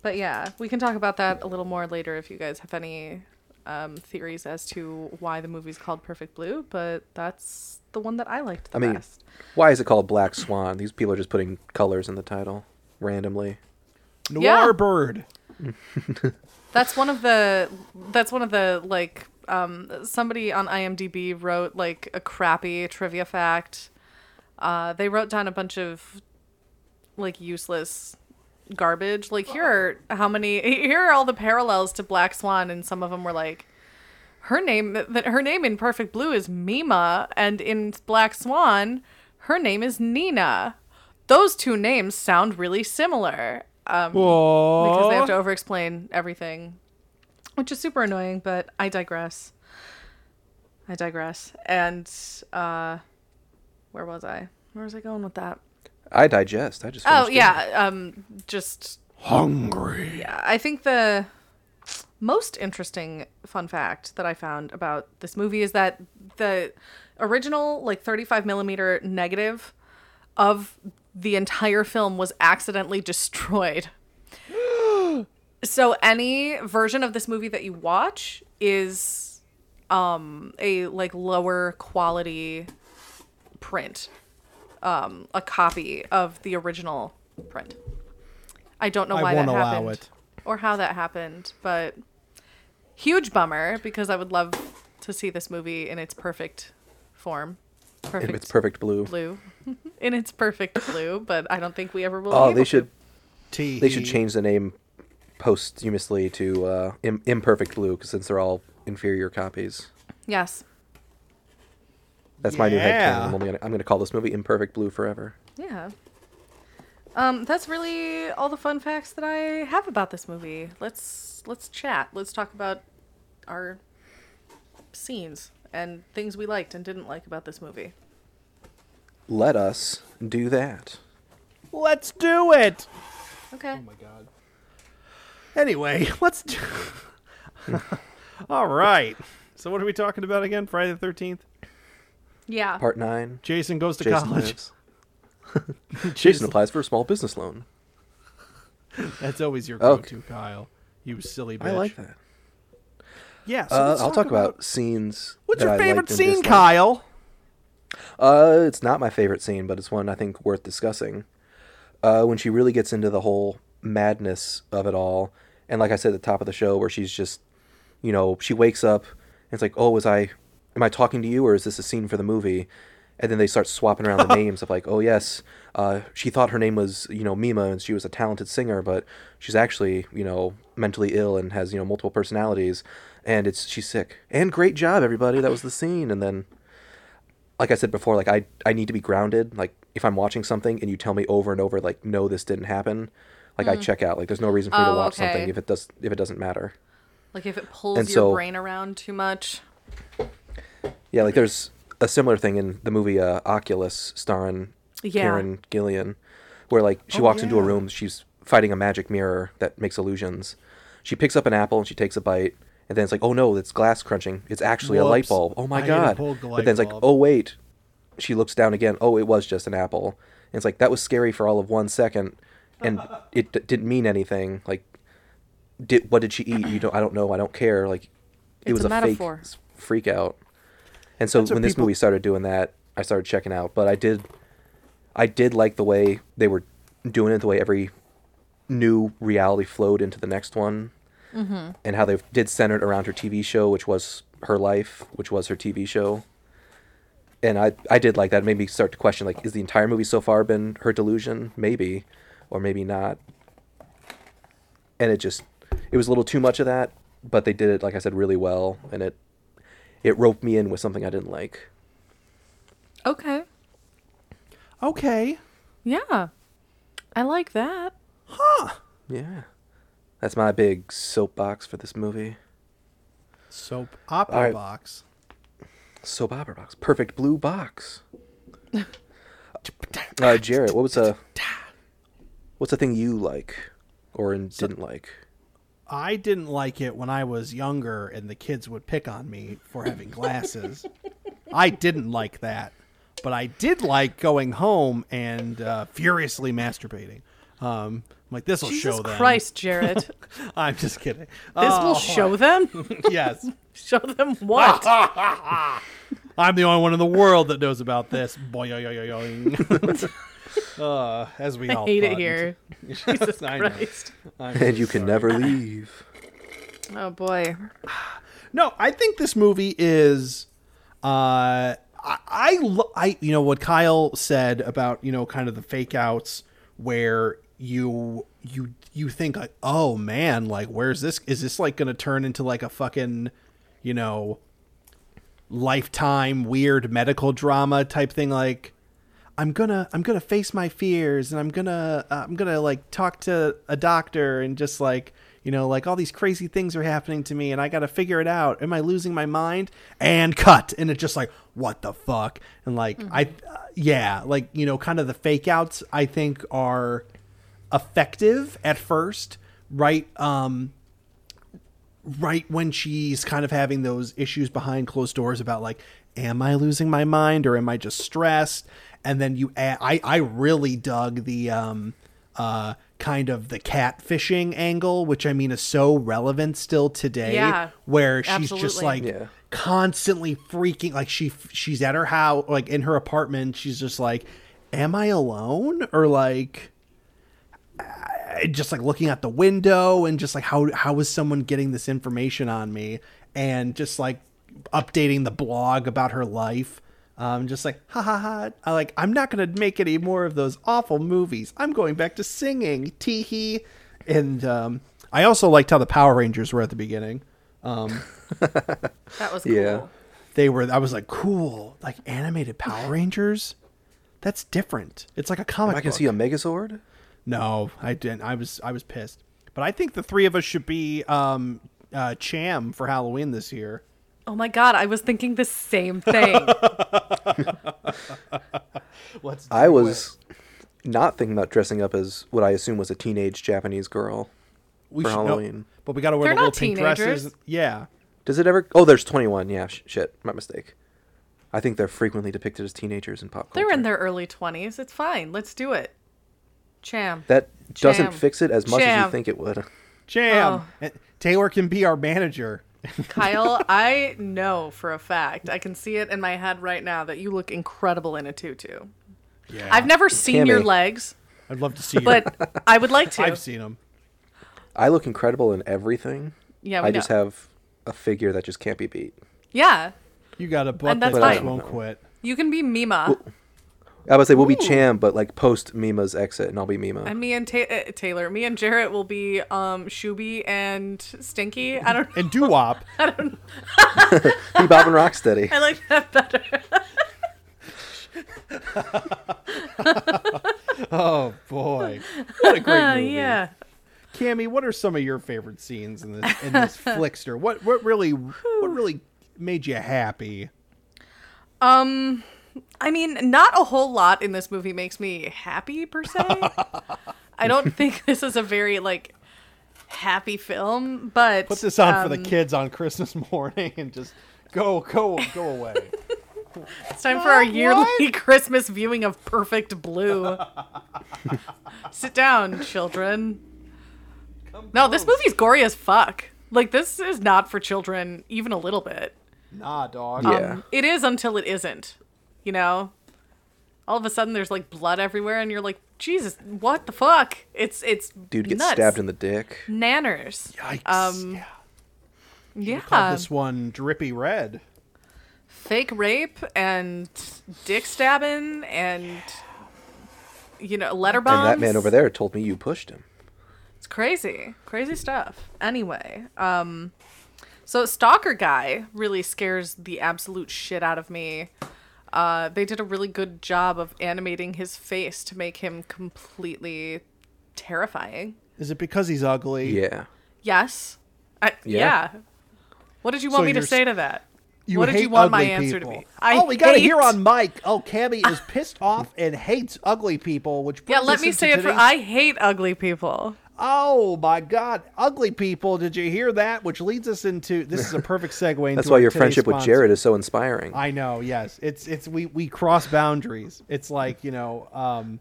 Speaker 7: But yeah, we can talk about that a little more later if you guys have any um, theories as to why the movie's called Perfect Blue. But that's the one that I liked the
Speaker 1: I mean,
Speaker 7: best.
Speaker 1: why is it called Black Swan? These people are just putting colors in the title randomly.
Speaker 6: noir
Speaker 7: yeah.
Speaker 6: bird
Speaker 7: That's one of the that's one of the like um somebody on IMDb wrote like a crappy trivia fact. Uh they wrote down a bunch of like useless garbage. Like here are how many here are all the parallels to Black Swan and some of them were like her name that her name in Perfect Blue is Mima and in Black Swan her name is Nina. Those two names sound really similar because they have to over explain everything, which is super annoying, but I digress. I digress. And uh where was I? Where was I going with that?
Speaker 1: I digest. I just.
Speaker 7: Oh
Speaker 1: finished it.
Speaker 7: yeah, um just
Speaker 6: hungry
Speaker 7: I think the most interesting fun fact that I found about this movie is that the original like 35 millimeter negative of the entire film was
Speaker 6: [GASPS]
Speaker 7: accidentally [LAUGHS] destroyed. so any version of this movie that you watch is um a like lower quality print um, a copy of the original print. I don't know
Speaker 6: I
Speaker 7: why that
Speaker 6: won't allow
Speaker 7: happened
Speaker 6: it.
Speaker 7: or how that happened, but huge bummer because I would love to see this movie in its perfect form. Perfect
Speaker 1: in its perfect blue.
Speaker 7: blue. [LAUGHS] in its perfect blue, but I don't think we ever will. be
Speaker 1: Oh,
Speaker 7: able
Speaker 1: they
Speaker 7: to.
Speaker 1: should
Speaker 6: T.
Speaker 1: they should change the name posthumously to uh, Im- imperfect blue, 'cause since they're all inferior copies.
Speaker 7: Yes.
Speaker 1: That's my new headcanon.
Speaker 6: Yeah.
Speaker 1: I'm, only gonna, I'm gonna call this movie Imperfect Blue forever.
Speaker 7: Yeah. Um, that's really all the fun facts that I have about this movie. Let's let's chat. Let's talk about our scenes and things we liked and didn't like about this movie.
Speaker 1: Let us do that.
Speaker 6: Let's do it.
Speaker 7: Okay.
Speaker 6: Anyway, [LAUGHS] let's do. All right. So what are we talking about again? Friday the Thirteenth.
Speaker 7: yeah.
Speaker 1: Part nine.
Speaker 6: Jason goes to
Speaker 1: Jason
Speaker 6: college. [LAUGHS]
Speaker 1: lives. Jason applies for a small business loan.
Speaker 6: That's always your
Speaker 1: Okay.
Speaker 6: go-to, Kyle. You silly bitch.
Speaker 1: I like that.
Speaker 6: Yeah. So
Speaker 1: Uh,
Speaker 6: let's
Speaker 1: I'll talk about, scenes.
Speaker 6: What's
Speaker 1: that I
Speaker 6: your
Speaker 1: liked
Speaker 6: favorite
Speaker 1: and
Speaker 6: scene,
Speaker 1: disliked.
Speaker 6: Kyle?
Speaker 1: Uh, it's not my favorite scene, but it's one I think worth discussing. Uh, when she really gets into the whole madness of it all, and like I said at the top of the show, where she's just, you know, she wakes up and it's like, oh, was I, am I talking to you, or is this a scene for the movie? And then they start swapping
Speaker 7: [LAUGHS]
Speaker 1: around the names of like, oh yes, uh, she thought her name was you know Mima and she was a talented singer, but she's actually you know mentally ill and has you know multiple personalities, and it's she's sick. And great job, everybody. That was the scene. And then like I said before, like I I need to be grounded. Like if I'm watching something and you tell me over and over, like no, this didn't happen, like I check out. Like there's no reason for me to
Speaker 7: Mm. Oh,
Speaker 1: watch something
Speaker 7: okay.
Speaker 1: if it does if it doesn't matter.
Speaker 7: Like if it pulls
Speaker 1: And
Speaker 7: your
Speaker 1: so-
Speaker 7: brain around too much.
Speaker 1: Yeah, like there's a similar thing in the movie uh, Oculus, starring
Speaker 7: Yeah.
Speaker 1: Karen Gillian, where like she walks into a room, she's fighting a magic mirror that makes illusions. She picks up an apple and she takes a bite, and then it's like, oh no, it's glass crunching. It's actually a light
Speaker 6: Whoops.
Speaker 1: bulb. Oh my
Speaker 6: I ate a
Speaker 1: god!
Speaker 6: whole
Speaker 1: But then it's like,
Speaker 6: light bulb.
Speaker 1: oh wait. She looks down again. Oh, it was just an apple. And it's like that was scary for all of one second, and it d- didn't mean anything. Like, did what did she eat? You don't. I don't know. I don't care. Like, it
Speaker 7: It's
Speaker 1: was
Speaker 7: a
Speaker 1: a,
Speaker 7: metaphor.
Speaker 1: fake s- freak out. And so
Speaker 6: what
Speaker 1: when this
Speaker 6: people-
Speaker 1: movie started doing that, I started checking out. But I did, I did like the way they were doing it, the way every new reality flowed into the next one, mm-hmm. and how they did center it around her TV show, which was her life, which was her TV show. And I, I did like that. It made me start to question, like, is the entire movie so far been her delusion? Maybe, or maybe not and it just it was a little too much of that but they did it like i said really well and it it roped me in with something i didn't like
Speaker 7: Okay.
Speaker 6: Okay.
Speaker 7: Yeah. I like that.
Speaker 1: yeah that's my big soapbox for this movie
Speaker 6: Soap opera
Speaker 1: All right.
Speaker 6: box.
Speaker 1: soap opera box perfect blue box uh jared what was a what's a thing you like or in- didn't like
Speaker 6: I didn't like it when I was younger and the kids would pick on me for having glasses. I didn't like that. But I did like going home and uh, furiously masturbating. Um, I'm like, this will
Speaker 7: Jesus
Speaker 6: show them. Oh.
Speaker 7: Christ, Jared. this
Speaker 6: [LAUGHS] I'm just kidding. This
Speaker 7: will show them. [LAUGHS]
Speaker 6: yes.
Speaker 7: show them
Speaker 6: [LAUGHS]
Speaker 7: what?
Speaker 6: I'm the only one in the world that knows about this. Boy, yo, yo, yo, yo. [LAUGHS] uh, as we all
Speaker 7: Hate it
Speaker 6: thought.
Speaker 7: here.
Speaker 6: Jesus
Speaker 7: [LAUGHS] Christ.
Speaker 1: [LAUGHS] and you can never leave
Speaker 7: Oh boy.
Speaker 6: No, I think this movie is. Uh, I, I, lo- I, you know what Kyle said about you know kind of the fake outs where you you you think like oh man like where's this is this like gonna turn into like a fucking you know lifetime weird medical drama type thing like I'm gonna I'm gonna face my fears and I'm gonna uh, I'm gonna like talk to a doctor and just like you know like all these crazy things are happening to me and I gotta figure it out. Am I losing my mind? And cut and it's just like what the fuck and like I uh, yeah like you know kind of the fake outs I think are effective at first right um right when she's kind of having those issues behind closed doors about like am i losing my mind or am i just stressed and then you add, i i really dug the um uh kind of the catfishing angle which i mean is so relevant still today
Speaker 7: Yeah,
Speaker 6: where she's just
Speaker 7: absolutely.
Speaker 6: like
Speaker 1: Yeah.
Speaker 6: constantly freaking like she she's at her house like in her apartment she's just like am I alone or like I- just like looking out the window and just like how how is someone getting this information on me and just like updating the blog about her life um just like ha ha ha I like I'm not going to make any more of those awful movies. I'm going back to singing. Tee hee. And um I also liked how the Power Rangers were at the beginning.
Speaker 7: That was cool.
Speaker 1: Yeah.
Speaker 6: they were i was like cool like animated power rangers that's different it's like a comic
Speaker 1: I can
Speaker 6: book.
Speaker 1: see a Megazord.
Speaker 6: no i didn't i was i was pissed but i think the three of us should be um uh cham for halloween this year
Speaker 7: Oh my god, I was thinking the same [LAUGHS] thing.
Speaker 6: let's do
Speaker 1: I was not thinking about dressing up as what I assume was a teenage Japanese girl.
Speaker 6: we
Speaker 1: for
Speaker 6: should- no,
Speaker 1: Halloween.
Speaker 6: but we gotta wear
Speaker 7: They're
Speaker 6: the little
Speaker 7: not
Speaker 6: pink
Speaker 7: teenagers.
Speaker 6: dresses yeah
Speaker 1: Does it ever? Oh, there's 21. Yeah, sh- shit, my mistake. I think they're frequently depicted as teenagers in pop culture.
Speaker 7: They're in their early 20s. It's fine. Let's do it. Cham.
Speaker 1: That [LAUGHS] doesn't
Speaker 7: Jam.
Speaker 1: fix it as much as
Speaker 7: Jam.
Speaker 1: you think it would.
Speaker 6: cham
Speaker 7: Oh.
Speaker 6: And taylor can be our manager
Speaker 7: Kyle, I know for a fact. I can see it in my head right now that you look incredible in a tutu.
Speaker 6: yeah
Speaker 7: I've never seen your
Speaker 1: Tammy.
Speaker 6: [LAUGHS]
Speaker 7: legs,
Speaker 6: i'd love to see you
Speaker 7: but I would like to.
Speaker 6: i've seen him
Speaker 1: I look incredible in everything.
Speaker 7: Yeah, we
Speaker 1: I just
Speaker 7: know.
Speaker 1: have a figure that just can't be beat.
Speaker 7: Yeah.
Speaker 6: you got a book
Speaker 7: And that's
Speaker 6: that just
Speaker 7: fine.
Speaker 6: won't quit
Speaker 7: You can be Mima.
Speaker 1: I would say we'll be Cham, but like post Mima's exit, and I'll be Mima.
Speaker 7: and me and Ta- uh, Taylor, me and Jarrett will be um Shuby and Stinky. I don't
Speaker 6: and doo-wop
Speaker 1: Be Bob and Rocksteady.
Speaker 7: [LAUGHS] I like that better.
Speaker 6: oh
Speaker 7: [LAUGHS]
Speaker 6: boy what a great movie
Speaker 7: Oh, yeah.
Speaker 6: Cammy, what are some of your favorite scenes in this in
Speaker 7: [LAUGHS]
Speaker 6: this flickster? What what really what really made you happy?
Speaker 7: I mean, not a whole lot in this movie makes me happy per se.
Speaker 6: [LAUGHS]
Speaker 7: I don't think this is a very like happy film, but um,
Speaker 6: Put this on for the kids on Christmas [LAUGHS] morning and just go go go away.
Speaker 7: It's time for our
Speaker 6: Mom,
Speaker 7: yearly [LAUGHS]
Speaker 6: what?
Speaker 7: Christmas viewing of Perfect Blue.
Speaker 6: [LAUGHS]
Speaker 7: Sit down, children. no, this movie's gory as fuck. Like this is not for children even a little bit.
Speaker 6: nah, dog.
Speaker 1: Yeah.
Speaker 7: It is until it isn't. You know? All of a sudden there's like blood everywhere and you're like, "Jesus, what the fuck?" It's it's
Speaker 1: Dude gets
Speaker 7: nuts.
Speaker 1: stabbed in the dick.
Speaker 7: nanners.
Speaker 6: Yikes.
Speaker 7: Um,
Speaker 6: yeah. Call
Speaker 7: Yeah.
Speaker 6: this one drippy red.
Speaker 7: fake rape and dick stabbing and you know letter bombs.
Speaker 1: And that man over there told me you pushed him.
Speaker 7: It's crazy, crazy stuff. Anyway, um, so stalker guy really scares the absolute shit out of me. Uh, they did a really good job of animating his face to make him completely terrifying.
Speaker 6: Is it because he's ugly?
Speaker 1: Yeah.
Speaker 7: Yes. I, yeah.
Speaker 1: Yeah.
Speaker 7: What did you want
Speaker 6: So
Speaker 7: me to
Speaker 6: you're s-
Speaker 7: say to that?
Speaker 6: You
Speaker 7: what did
Speaker 6: hate
Speaker 7: you want my
Speaker 6: ugly
Speaker 7: answer to
Speaker 6: people.
Speaker 7: be? I
Speaker 6: oh, we got it
Speaker 7: hate-
Speaker 6: here on Mike. Oh, Cammy is pissed off and hates ugly people, which
Speaker 7: Yeah,
Speaker 6: brings
Speaker 7: let
Speaker 6: us
Speaker 7: me
Speaker 6: into
Speaker 7: say it for
Speaker 6: today's-
Speaker 7: I hate ugly people.
Speaker 6: Oh my God, ugly people! Did you hear that? Which leads us into this is a
Speaker 1: [LAUGHS]
Speaker 6: perfect segue. Into
Speaker 1: That's why
Speaker 6: our
Speaker 1: your
Speaker 6: today's
Speaker 1: friendship with
Speaker 6: sponsor.
Speaker 1: Jared is so inspiring.
Speaker 6: I know. Yes, it's it's we we cross boundaries. It's like you know, um,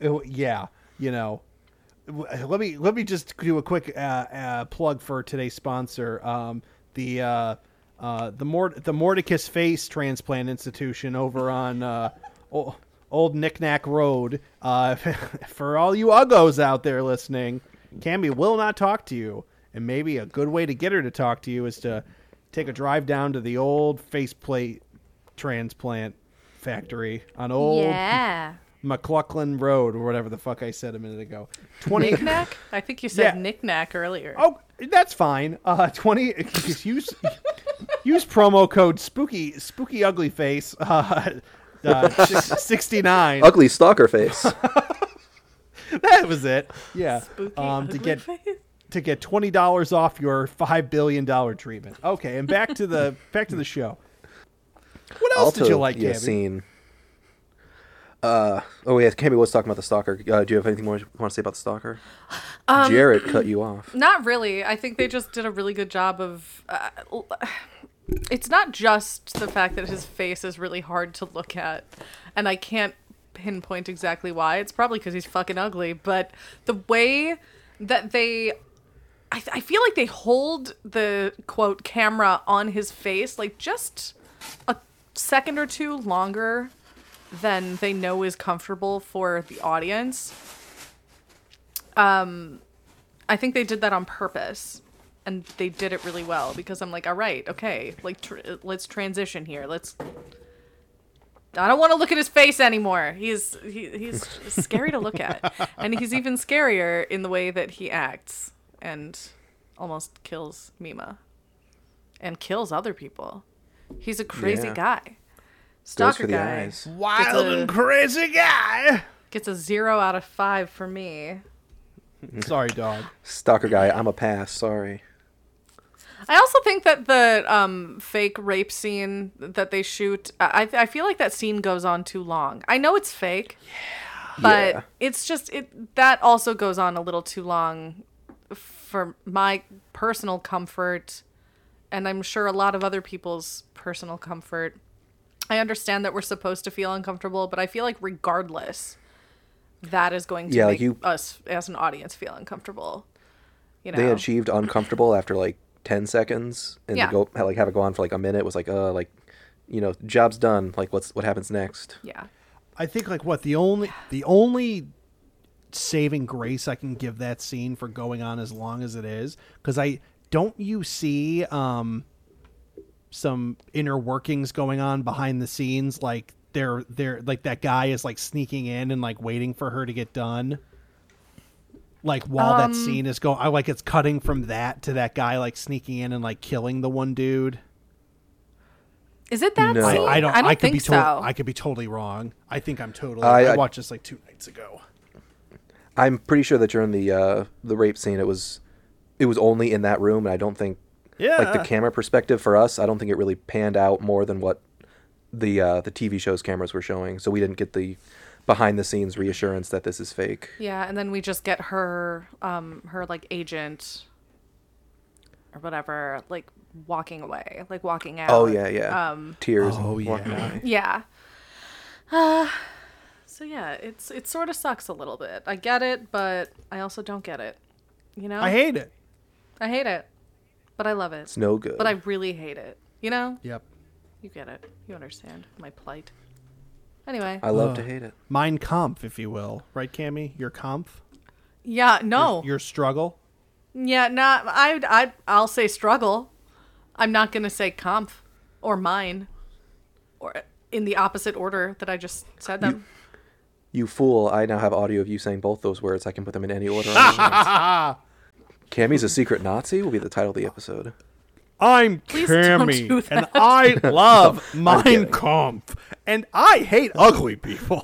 Speaker 6: it- yeah, you know. W- Let me let me just do a quick uh, uh, plug for today's sponsor, um, the uh, uh, the Mort the Mordicus Face Transplant Institution over on uh, o- Old Knickknack Road. Uh, [LAUGHS] for all you uggos out there listening, Cammy will not talk to you, and maybe a good way to get her to talk to you is to take a drive down to the old faceplate transplant factory on old
Speaker 7: Yeah.
Speaker 6: McLaughlin Road or whatever the fuck I said a minute ago. Twenty.
Speaker 7: Knickknack? I think you said
Speaker 6: Yeah.
Speaker 7: knickknack earlier.
Speaker 6: oh, that's fine. Uh, [LAUGHS] twenty. just Use use promo code spooky spooky ugly face. Uh, uh,
Speaker 1: [LAUGHS]
Speaker 6: sixty nine.
Speaker 1: Ugly stalker
Speaker 6: [LAUGHS]
Speaker 1: face.
Speaker 6: That was it. Yeah.
Speaker 7: Spooky
Speaker 6: um, to
Speaker 7: ugly
Speaker 6: get
Speaker 7: face.
Speaker 6: to get twenty dollars off your five billion dollar treatment. Okay, and back to the back to the show. What else
Speaker 1: Also,
Speaker 6: did you like,
Speaker 1: yeah,
Speaker 6: Gabby?
Speaker 1: scene. Uh, oh, yeah, Cammy was talking about the stalker. Uh, do you have anything more you want to say about the stalker?
Speaker 7: Um,
Speaker 1: Jared cut you off.
Speaker 7: Not really. I think they just did a really good job of. Uh, l- it's not just the fact that his face is really hard to look at, and I can't pinpoint exactly why. It's probably because he's fucking ugly, but the way that they. I, I feel like they hold the quote camera on his face like just a second or two longer than they know is comfortable for the audience. Um, I think they did that on purpose, and they did it really well because I'm like, all right, okay, like tr- let's transition here. Let's. I don't want to look at his face anymore. He's he,
Speaker 1: [LAUGHS]
Speaker 7: he's scary to look at, and he's even scarier in the way that he acts and almost kills Mima, and kills other people. He's a crazy
Speaker 1: Yeah.
Speaker 7: guy.
Speaker 1: Goes
Speaker 7: Stalker
Speaker 1: for the
Speaker 7: guy
Speaker 1: eyes.
Speaker 6: Wild
Speaker 7: a-
Speaker 6: and crazy guy.
Speaker 7: gets a zero out of five for me.
Speaker 1: Mm-hmm.
Speaker 6: Sorry, dog.
Speaker 1: Stalker guy, I'm a pass. Sorry.
Speaker 7: I also think that the um, fake rape scene that they shoot, I, I feel like that scene goes on too long. I know it's fake, but
Speaker 1: Yeah.
Speaker 7: it's just it that also goes on a little too long for my personal comfort, and I'm sure a lot of other people's personal comfort. I understand that we're supposed to feel uncomfortable, but I feel like regardless, that is going to
Speaker 1: Yeah, like
Speaker 7: make
Speaker 1: you-
Speaker 7: us as an audience feel uncomfortable. You know,
Speaker 1: They achieved uncomfortable after like ten seconds, and
Speaker 7: Yeah.
Speaker 1: to go like have it go on for like a minute was like uh like, you know, job's done. Like what's what happens next?
Speaker 7: yeah.
Speaker 6: I think like what the only the only saving grace I can give that scene for going on as long as it is because I don't you see um some inner workings going on behind the scenes like they're they're like that guy is like sneaking in and like waiting for her to get done like while that scene is going I like it's cutting from that to that guy like sneaking in and like killing the one dude
Speaker 7: Is it that
Speaker 1: No.
Speaker 7: scene?
Speaker 1: I-
Speaker 6: I don't. I, could
Speaker 7: think
Speaker 6: be
Speaker 7: so.
Speaker 6: tot- I could be totally wrong. I think I'm totally.
Speaker 1: I-
Speaker 6: I,
Speaker 1: I-
Speaker 6: watched this like two nights ago.
Speaker 1: I'm pretty sure that during the uh the rape scene, it was, it was only in that room, and I don't think like the
Speaker 6: Yeah.
Speaker 1: camera perspective for us, I don't think it really panned out more than what the uh the TV show's cameras were showing. So we didn't get the behind the scenes reassurance that this is fake.
Speaker 7: yeah, and then we just get her, um, her like agent or whatever, like walking away, like walking out.
Speaker 1: Oh yeah, yeah.
Speaker 7: Um,
Speaker 1: Tears. Oh yeah.
Speaker 7: Yeah. Uh, so yeah, it's it sort of sucks a little bit. I get it, but I also don't get it. You know,
Speaker 6: I hate it.
Speaker 7: I hate it, but I love it.
Speaker 1: It's no good.
Speaker 7: But I really hate it. You know,
Speaker 6: Yep.
Speaker 7: you get it. You understand my plight. Anyway,
Speaker 1: I love to hate it.
Speaker 6: Mein Kampf, if you will, right, Cammy? Your Kampf.
Speaker 7: yeah, no,
Speaker 6: Your struggle.
Speaker 7: Yeah, not I I I'll say struggle. I'm not going to say comp or mine or in the opposite order that I just said them.
Speaker 1: You fool, I now have audio of you saying both those words. I can put them in any order.
Speaker 6: [LAUGHS]
Speaker 1: I
Speaker 6: Ah,
Speaker 1: want. Cammy's a secret Nazi will be the title of the episode.
Speaker 6: I'm
Speaker 7: don't do
Speaker 6: Cammy, and I
Speaker 7: [LAUGHS]
Speaker 6: love Mein Kampf, and I hate ugly people.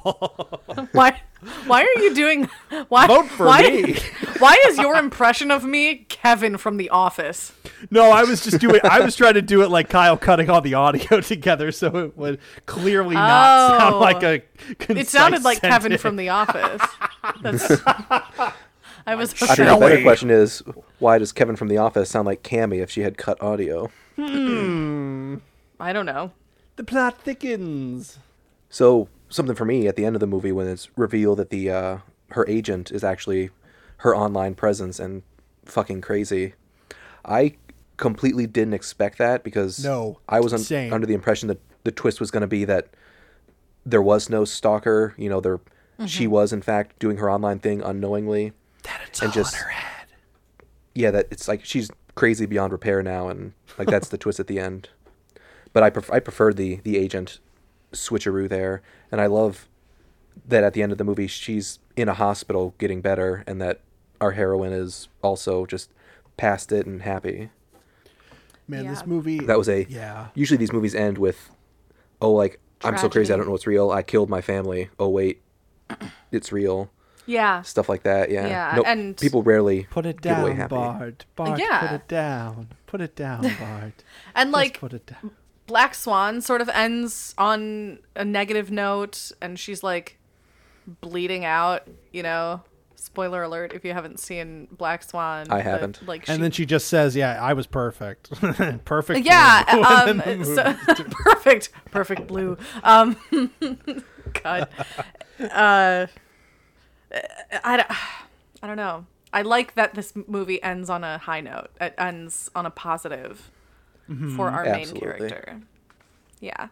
Speaker 6: [LAUGHS]
Speaker 7: [LAUGHS] Why why are you doing why
Speaker 6: Vote for
Speaker 7: why,
Speaker 6: me.
Speaker 7: [LAUGHS] why is your impression of me Kevin from the office?
Speaker 6: no, I was just doing. I was trying to do it like Kyle, cutting all the audio [LAUGHS] together so it would clearly not sound
Speaker 7: Oh.
Speaker 6: like a.
Speaker 7: It
Speaker 6: concise
Speaker 7: sounded like Kevin
Speaker 6: sentence.
Speaker 7: from the
Speaker 6: [LAUGHS]
Speaker 7: office. That's [LAUGHS] I was
Speaker 1: I think the
Speaker 7: afraid.
Speaker 1: better question is why does Kevin from The Office sound like Cammy if she had cut audio?
Speaker 7: I don't know.
Speaker 6: The plot thickens.
Speaker 1: So, something for me at the end of the movie when it's revealed that the uh, her agent is actually her online presence and fucking crazy. I completely didn't expect that because
Speaker 6: No,
Speaker 1: I was un-
Speaker 6: same.
Speaker 1: under the impression that the twist was going to be that there was no stalker. You know, there she was in fact doing her online thing unknowingly. Mm-hmm. That it's and just, her head. Yeah, that it's like she's crazy beyond repair now, and like that's the twist at the end. But I pref- I preferred the the agent switcheroo there, and I love that at the end of the movie she's in a hospital getting better, and that our heroine is also just past it and happy.
Speaker 6: Man,
Speaker 7: Yeah.
Speaker 6: this movie.
Speaker 1: That was a
Speaker 6: Yeah.
Speaker 1: Usually these movies end with, oh like I'm so crazy I
Speaker 7: Tragedy.
Speaker 1: don't know what's real. I killed my family. Oh wait, it's real.
Speaker 7: Yeah.
Speaker 1: Stuff like that. Yeah.
Speaker 7: Yeah,
Speaker 1: No,
Speaker 7: and-
Speaker 1: people rarely
Speaker 6: Put it
Speaker 1: give away
Speaker 6: down,
Speaker 1: happy.
Speaker 6: Bart. Bart, put
Speaker 7: Yeah.
Speaker 6: it down. Put it
Speaker 7: [LAUGHS]
Speaker 6: down, Bart.
Speaker 7: And
Speaker 6: Just
Speaker 7: like
Speaker 6: put it down.
Speaker 7: Black Swan sort of ends on a negative note and she's like bleeding out, you know. Spoiler alert if you haven't seen Black Swan.
Speaker 1: I
Speaker 7: but,
Speaker 1: haven't.
Speaker 7: Like she,
Speaker 6: And then she just says, "Yeah, I was perfect. [LAUGHS] perfect." blue."
Speaker 7: [LAUGHS] yeah,
Speaker 6: [LAUGHS] And
Speaker 7: um,
Speaker 6: then the movie-
Speaker 7: so, [LAUGHS] perfect, perfect blue. Um, [LAUGHS] God, uh, I, don't- I don't know. I like that this movie ends on a high note. It ends on a positive for our
Speaker 6: Mm-hmm.
Speaker 1: Absolutely.
Speaker 7: main character. Yeah.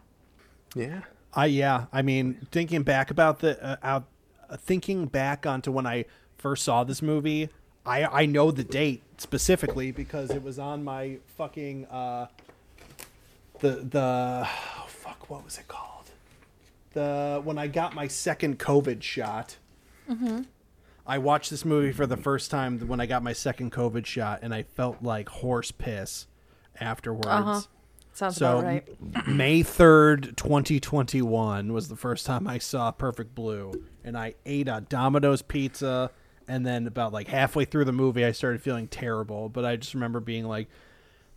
Speaker 1: Yeah.
Speaker 6: I yeah, I mean, thinking back about the uh, out, uh, thinking back onto when I first saw this movie, I I know the date specifically because it was on my fucking uh the the oh, fuck what was it called? The when I got my second COVID shot. I watched this movie for the first time when I got my second COVID shot, and I felt like horse piss afterwards.
Speaker 7: Sounds
Speaker 6: So
Speaker 7: about right.
Speaker 6: m- May 3rd, 2021 was the first time I saw Perfect Blue and I ate a Domino's pizza and then about like halfway through the movie I started feeling terrible, but I just remember being like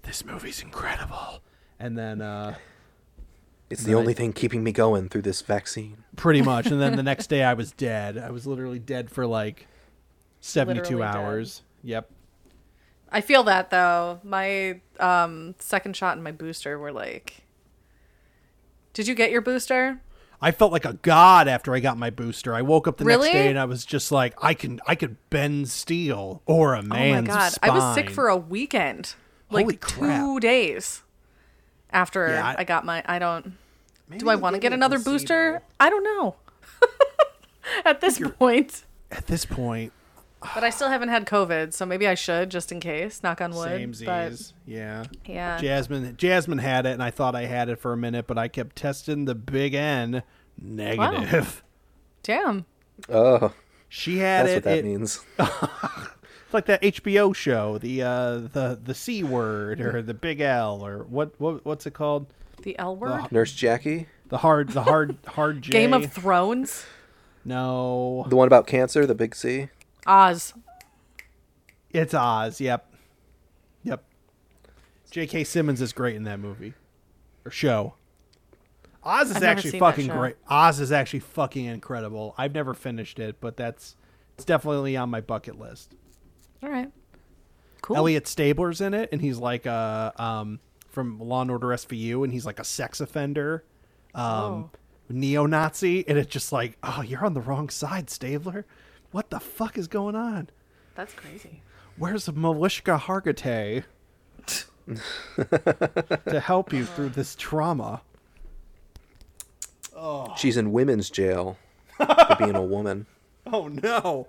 Speaker 6: this movie's incredible. And then uh
Speaker 1: It's the only thing keeping me going through this vaccine.
Speaker 6: pretty much and then the next day I was dead. I was literally dead for like 72
Speaker 7: Literally dead.
Speaker 6: hours. Yep.
Speaker 7: I feel that though. My um, second shot and my booster were like. Did you get your booster?
Speaker 6: I felt like a god after I got my booster. I woke up the
Speaker 7: Really?
Speaker 6: next day and I was just like, I can, I could bend steel or a man's
Speaker 7: oh my god, I was sick
Speaker 6: spine.
Speaker 7: for a weekend, like
Speaker 6: Holy crap.
Speaker 7: two days after
Speaker 6: Yeah, I-
Speaker 7: I got my. I don't.
Speaker 6: Maybe
Speaker 7: Do I
Speaker 6: they'll
Speaker 7: want to
Speaker 6: give
Speaker 7: get
Speaker 6: you a
Speaker 7: another
Speaker 6: placebo.
Speaker 7: booster? I don't know. [LAUGHS] At this
Speaker 6: [SIGHS]
Speaker 7: point,
Speaker 6: At this point,
Speaker 7: but I still haven't had COVID, so maybe I should just in case. Knock on wood.
Speaker 6: same
Speaker 7: but
Speaker 6: Z's. Yeah.
Speaker 7: yeah,
Speaker 6: Jasmine, Jasmine had it, and I thought I had it for a minute, but I kept testing the big N negative.
Speaker 7: damn.
Speaker 1: Oh,
Speaker 6: [LAUGHS] She had
Speaker 1: that's
Speaker 6: it.
Speaker 1: what that
Speaker 6: it-
Speaker 1: means.
Speaker 6: It's like that HBO show, the uh, the the C word or the big L or what what what's it called?
Speaker 7: The L word.
Speaker 1: Nurse Jackie,
Speaker 6: The hard the hard hard J.
Speaker 7: Game of Thrones.
Speaker 6: no.
Speaker 1: the one about cancer, the big C.
Speaker 7: Oz.
Speaker 6: It's Oz. Yep. Yep. J.K. Simmons is great in that movie or show. Oz is
Speaker 7: I've never
Speaker 6: actually
Speaker 7: seen that
Speaker 6: fucking
Speaker 7: show.
Speaker 6: great. Oz is actually fucking incredible. I've never finished it, but that's it's definitely on my bucket list.
Speaker 7: All right. Cool.
Speaker 6: Elliot Stabler's in it, and he's like a um, from Law and Order SVU, and he's like a sex offender, um,
Speaker 7: Oh.
Speaker 6: neo-Nazi, and it's just like, oh, you're on the wrong side, Stabler. What the fuck is going on?
Speaker 7: That's crazy.
Speaker 6: Where's Malishka Hargitay to help you through this trauma?
Speaker 1: She's in women's jail for being a
Speaker 6: [LAUGHS]
Speaker 1: woman.
Speaker 6: [LAUGHS] Oh no.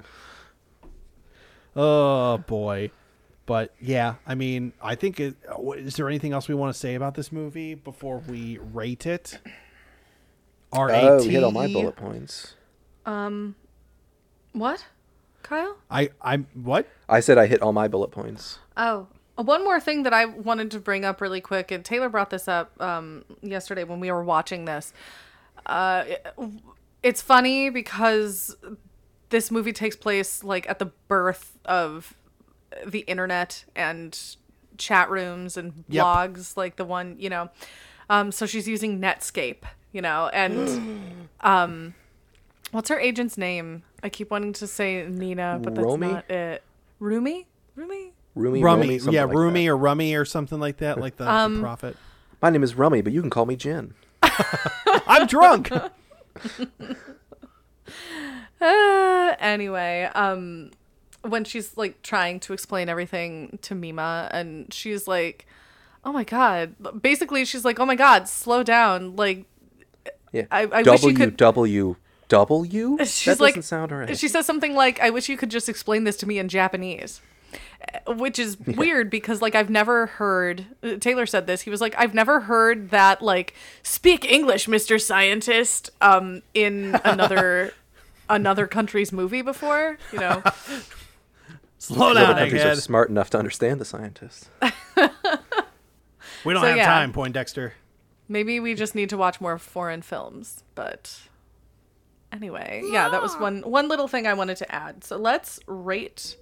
Speaker 6: Oh boy. But yeah, I mean, I think it, is there anything else we want to say about this movie before we rate it? R
Speaker 1: Oh,
Speaker 6: A
Speaker 1: we
Speaker 6: T. E?
Speaker 1: hit all my bullet points.
Speaker 7: What? Kyle?
Speaker 6: I I'm what?
Speaker 1: I said I hit all my bullet points.
Speaker 7: Oh, one more thing that I wanted to bring up really quick, and Taylor brought this up um, yesterday when we were watching this. Uh, it- it's funny because this movie takes place like at the birth of the internet and chat rooms and
Speaker 6: Yep.
Speaker 7: blogs, like the one you know. Um, so she's using Netscape, you know, and um, what's her agent's name? I keep wanting to say Nina, but that's
Speaker 1: Romy?
Speaker 7: not it. Rumi, Rumi.
Speaker 1: Rumi,
Speaker 6: Rummy,
Speaker 1: Rumi, something
Speaker 6: yeah,
Speaker 1: like
Speaker 6: Rumi
Speaker 1: that.
Speaker 6: or Rummy or something like that, like the,
Speaker 7: Um,
Speaker 6: the prophet.
Speaker 1: My name is Rumi, but you can call me Jen.
Speaker 6: I'm
Speaker 7: [LAUGHS]
Speaker 6: drunk.
Speaker 7: Uh, anyway, um, when she's like trying to explain everything to Mima, and she's like, "Oh my god!" Basically, she's like, "Oh my god, slow down!" Like
Speaker 1: Yeah.
Speaker 7: I- I
Speaker 1: w,
Speaker 7: wish you could-
Speaker 1: W W.
Speaker 7: she's
Speaker 1: [LAUGHS] that
Speaker 7: like,
Speaker 1: doesn't sound right.
Speaker 7: She says something like, "I wish you could just explain this to me in Japanese." Uh, Which is weird because like I've never heard uh, Taylor said this. He was like, "I've never heard that like speak English, Mr. Scientist," um in
Speaker 1: [LAUGHS]
Speaker 7: another another country's movie before, you know.
Speaker 6: Slow
Speaker 1: Other
Speaker 6: down,
Speaker 1: countries are
Speaker 6: egghead.
Speaker 1: smart enough to understand the scientists.
Speaker 6: We don't
Speaker 7: So,
Speaker 6: have
Speaker 7: yeah.
Speaker 6: time, Poindexter.
Speaker 7: Maybe we just need to watch more foreign films, but anyway, yeah, that was one one little thing I wanted to add. So let's rate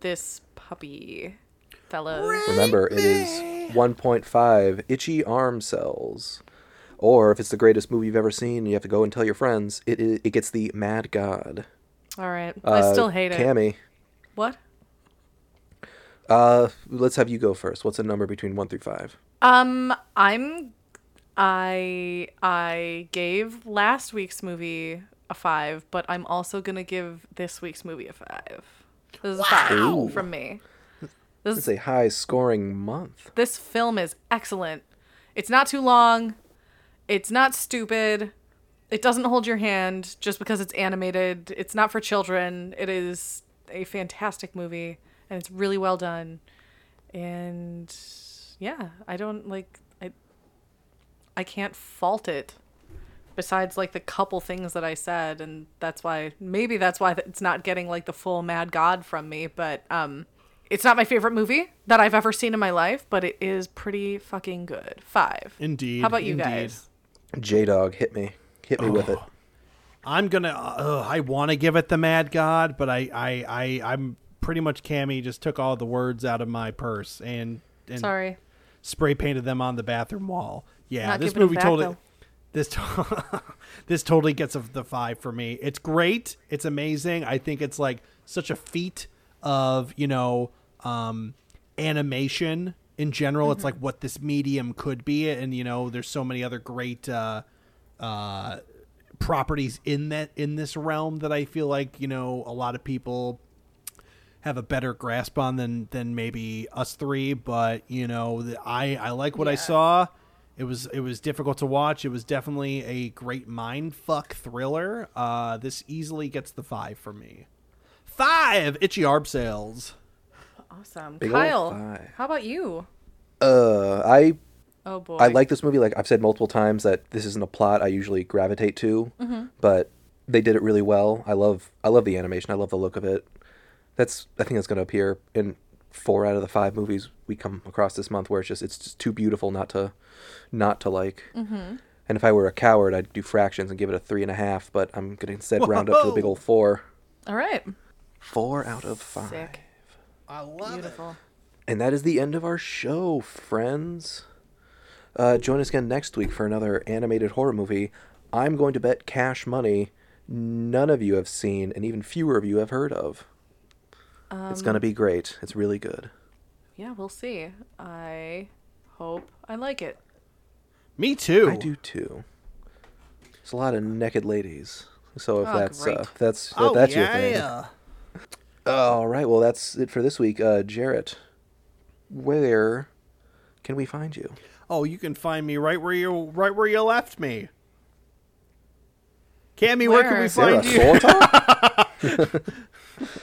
Speaker 7: this puppy, fellas.
Speaker 1: Remember, it is 1.5 itchy arm cells. Or if it's the greatest movie you've ever seen, and you have to go and tell your friends. It it, it gets the Mad God. Uh,
Speaker 7: All right, I still hate it.
Speaker 1: Cammy,
Speaker 7: What?
Speaker 1: uh, let's have you go first. What's a number between one through five?
Speaker 7: Um, I'm I I gave last week's movie a five, but I'm also gonna give this week's movie a five. This is a five from me. This
Speaker 1: It's a high scoring month.
Speaker 7: this film is excellent. It's not too long. It's not stupid. It doesn't hold your hand just because it's animated. It's not for children. It is a fantastic movie and it's really well done. And yeah, I don't like I I can't fault it besides like the couple things that I said and that's why maybe that's why it's not getting like the full mad god from me, but um it's not my favorite movie that I've ever seen in my life, but it is pretty fucking good. 5.
Speaker 6: Indeed,
Speaker 7: How about you
Speaker 6: indeed.
Speaker 7: guys?
Speaker 1: J Dog, hit me. Hit me with it.
Speaker 6: I'm gonna. Uh, I want to give it the Mad God, but I, I, I, I'm pretty much Cammy just took all the words out of my purse and and
Speaker 7: Sorry.
Speaker 6: spray painted them on the bathroom wall. Yeah,
Speaker 7: Not
Speaker 6: this
Speaker 7: giving 'em
Speaker 6: movie
Speaker 7: back,
Speaker 6: totally.
Speaker 7: though.
Speaker 6: This to- [LAUGHS] this totally gets of the five for me. It's great. It's amazing. I think it's like such a feat of you know um, animation in general. It's
Speaker 7: Mm-hmm.
Speaker 6: like what this medium could be, and you know there's so many other great. Uh, uh, properties in that in this realm that I feel like you know a lot of people have a better grasp on than than maybe us three. But you know, the, I I like what I saw. It was it was difficult to watch. It was definitely a great mind fuck thriller. Uh, this easily gets the five for me. Five itchy arb sales.
Speaker 7: Awesome.
Speaker 1: Big ol'
Speaker 7: Kyle,
Speaker 1: thigh.
Speaker 7: how about you?
Speaker 1: Uh, I
Speaker 7: Oh boy.
Speaker 1: I like this movie. Like I've said multiple times that this isn't a plot I usually gravitate to, but they did it really well. I love I love the animation. I love the look of it. That's I think that's going to appear in four out of the five movies we come across this month, where it's just it's just too beautiful not to not to like. And if I were a coward, I'd do fractions and give it a three and a half. But I'm going to instead round up to the big
Speaker 6: Whoa!
Speaker 1: old four.
Speaker 7: All right.
Speaker 1: Four out of five.
Speaker 7: Sick.
Speaker 6: I love
Speaker 7: Beautiful.
Speaker 1: And that is the end of our show, friends. Uh, join us again next week for another animated horror movie. I'm going to bet cash money none of you have seen, and even fewer of you have heard of. it's going to
Speaker 6: Um,
Speaker 1: be great. It's really good.
Speaker 7: Yeah, we'll see. I hope I like it.
Speaker 6: Me too.
Speaker 1: I do too. It's a lot of naked ladies. So if
Speaker 7: Oh,
Speaker 1: that's uh,
Speaker 7: great.
Speaker 1: if that's if
Speaker 6: Oh
Speaker 1: that's
Speaker 6: yeah.
Speaker 1: your thing. All right. Well, that's it for this week. Uh, Jarrett, where can we find you?
Speaker 6: Oh, you can find me right where you right where you left me. Cammy, where, can
Speaker 7: Where?
Speaker 6: we find
Speaker 1: Sarah
Speaker 6: you?
Speaker 1: Sorta?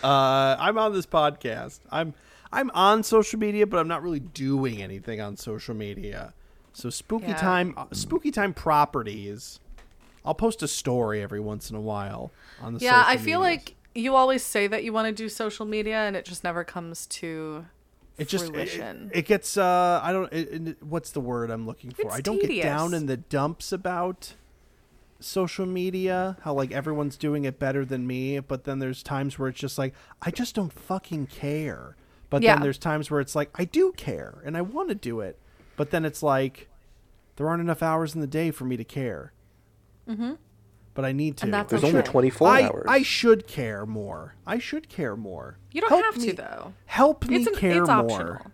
Speaker 6: Uh, I'm on this podcast. I'm I'm on social media, but I'm not really doing anything on social media. So spooky
Speaker 7: Yeah.
Speaker 6: time, uh, spooky time properties. I'll post a story every once in a while on the.
Speaker 7: Yeah,
Speaker 6: social
Speaker 7: I feel
Speaker 6: medias.
Speaker 7: like you always say that you want to do social media and it just never comes to
Speaker 6: it just it-
Speaker 7: fruition.
Speaker 6: It, it gets. Uh, I don't. It, it- what's the word I'm looking for?
Speaker 7: It's
Speaker 6: I don't get down
Speaker 7: tedious.
Speaker 6: in the dumps about social media. How like everyone's doing it better than me, but then there's times where it's just like I just don't fucking care. But
Speaker 7: Yeah.
Speaker 6: then there's times where it's like I do care and I want to do it, but then it's like there aren't enough hours in the day for me to care. Mm-hmm. But I need to.
Speaker 7: And that's
Speaker 1: There's
Speaker 7: I'm
Speaker 1: only
Speaker 7: sure.
Speaker 1: 24
Speaker 6: I,
Speaker 1: hours.
Speaker 6: I should care more. I should care more.
Speaker 7: You don't
Speaker 6: Help
Speaker 7: have to,
Speaker 6: me-
Speaker 7: though.
Speaker 6: Help me
Speaker 7: It's an-
Speaker 6: care
Speaker 7: it's
Speaker 6: more.
Speaker 7: optional. Mm-hmm.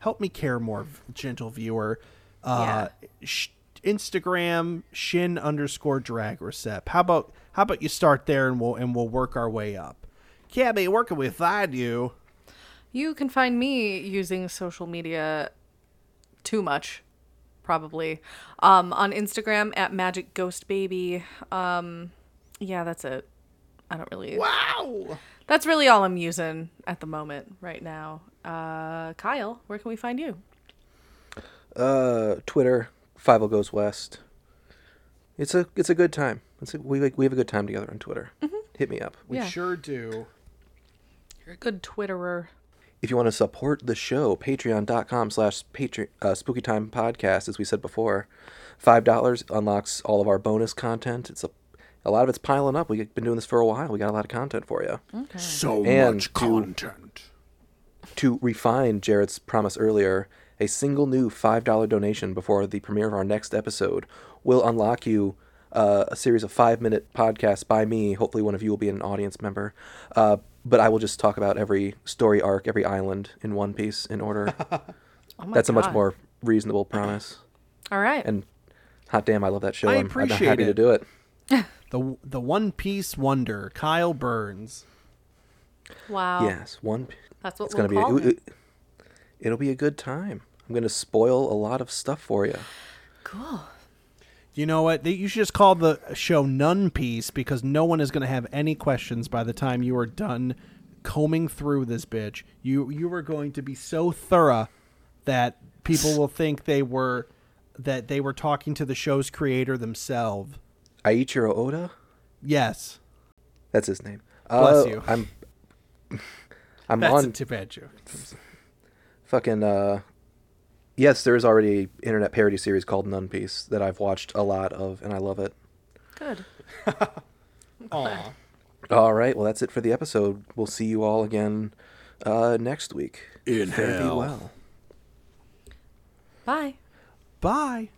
Speaker 6: Help me care more, v- gentle viewer. Uh, sh- Instagram shin underscore drag recep. How about how about you start there and we'll and we'll work our way up. Cabby, where can we find you?
Speaker 7: You can find me using social media too much, probably. Um, on Instagram at Magic Ghost Baby. Um, yeah, that's it. I don't really.
Speaker 6: Wow.
Speaker 7: That's really all I'm using at the moment right now. Uh, Kyle, where can we find you?
Speaker 1: uh, Twitter, Five O Goes West. It's a it's a good time. It's a, we like we have a good time together on Twitter.
Speaker 6: Mm-hmm.
Speaker 1: Hit me up
Speaker 6: We
Speaker 7: Yeah.
Speaker 6: sure do.
Speaker 7: You're a good Twitterer.
Speaker 1: if you want to support the show. Patreon.com slash Patre- uh, Spooky Time Podcast, as we said before. Five dollars unlocks all of our bonus content. It's a a lot of it's piling up. We've been doing this for a while. We got a lot of content for you.
Speaker 9: So
Speaker 1: And much to-
Speaker 9: content.
Speaker 1: to refine Jared's promise earlier, a single new $5 donation before the premiere of our next episode will unlock you uh, a series of five minute podcasts by me. Hopefully, one of you will be an audience member. Uh, but I will just talk about every story arc, every island in one piece in order.
Speaker 7: [LAUGHS] Oh my
Speaker 1: That's a much
Speaker 7: God.
Speaker 1: more reasonable promise.
Speaker 7: All right.
Speaker 1: And hot damn, I love that show.
Speaker 6: I
Speaker 1: I'm- I'm
Speaker 6: appreciate
Speaker 1: happy
Speaker 6: it.
Speaker 1: to do it.
Speaker 6: The the One Piece wonder, Kyle Burns.
Speaker 7: wow.
Speaker 1: Yes, one. p-
Speaker 7: Oh. That's what
Speaker 1: It's
Speaker 7: we'll
Speaker 1: gonna be.
Speaker 7: call
Speaker 1: it-
Speaker 7: it.
Speaker 1: it- it'll be a good time. I'm gonna spoil a lot of stuff for you.
Speaker 7: Cool.
Speaker 6: You know what? They- You should just call the show None Piece because no one is going to have any questions by the time you are done combing through this bitch. You you are going to be so thorough that people will think they were that they were talking to the show's creator themselves.
Speaker 1: Aiichiro Oda?
Speaker 6: Yes,
Speaker 1: That's his name.
Speaker 6: Bless
Speaker 1: Uh,
Speaker 6: you.
Speaker 1: [LAUGHS] I'm I'm
Speaker 6: that's
Speaker 1: on
Speaker 6: a too bad joke.
Speaker 1: fucking uh Yes, there is already a internet parody series called None Piece that I've watched a lot of and I love it.
Speaker 7: Good.
Speaker 6: Aw.
Speaker 1: All right, well that's it for the episode. We'll see you all again uh next week.
Speaker 9: In
Speaker 1: Fare thee well.
Speaker 7: Bye.
Speaker 6: Bye.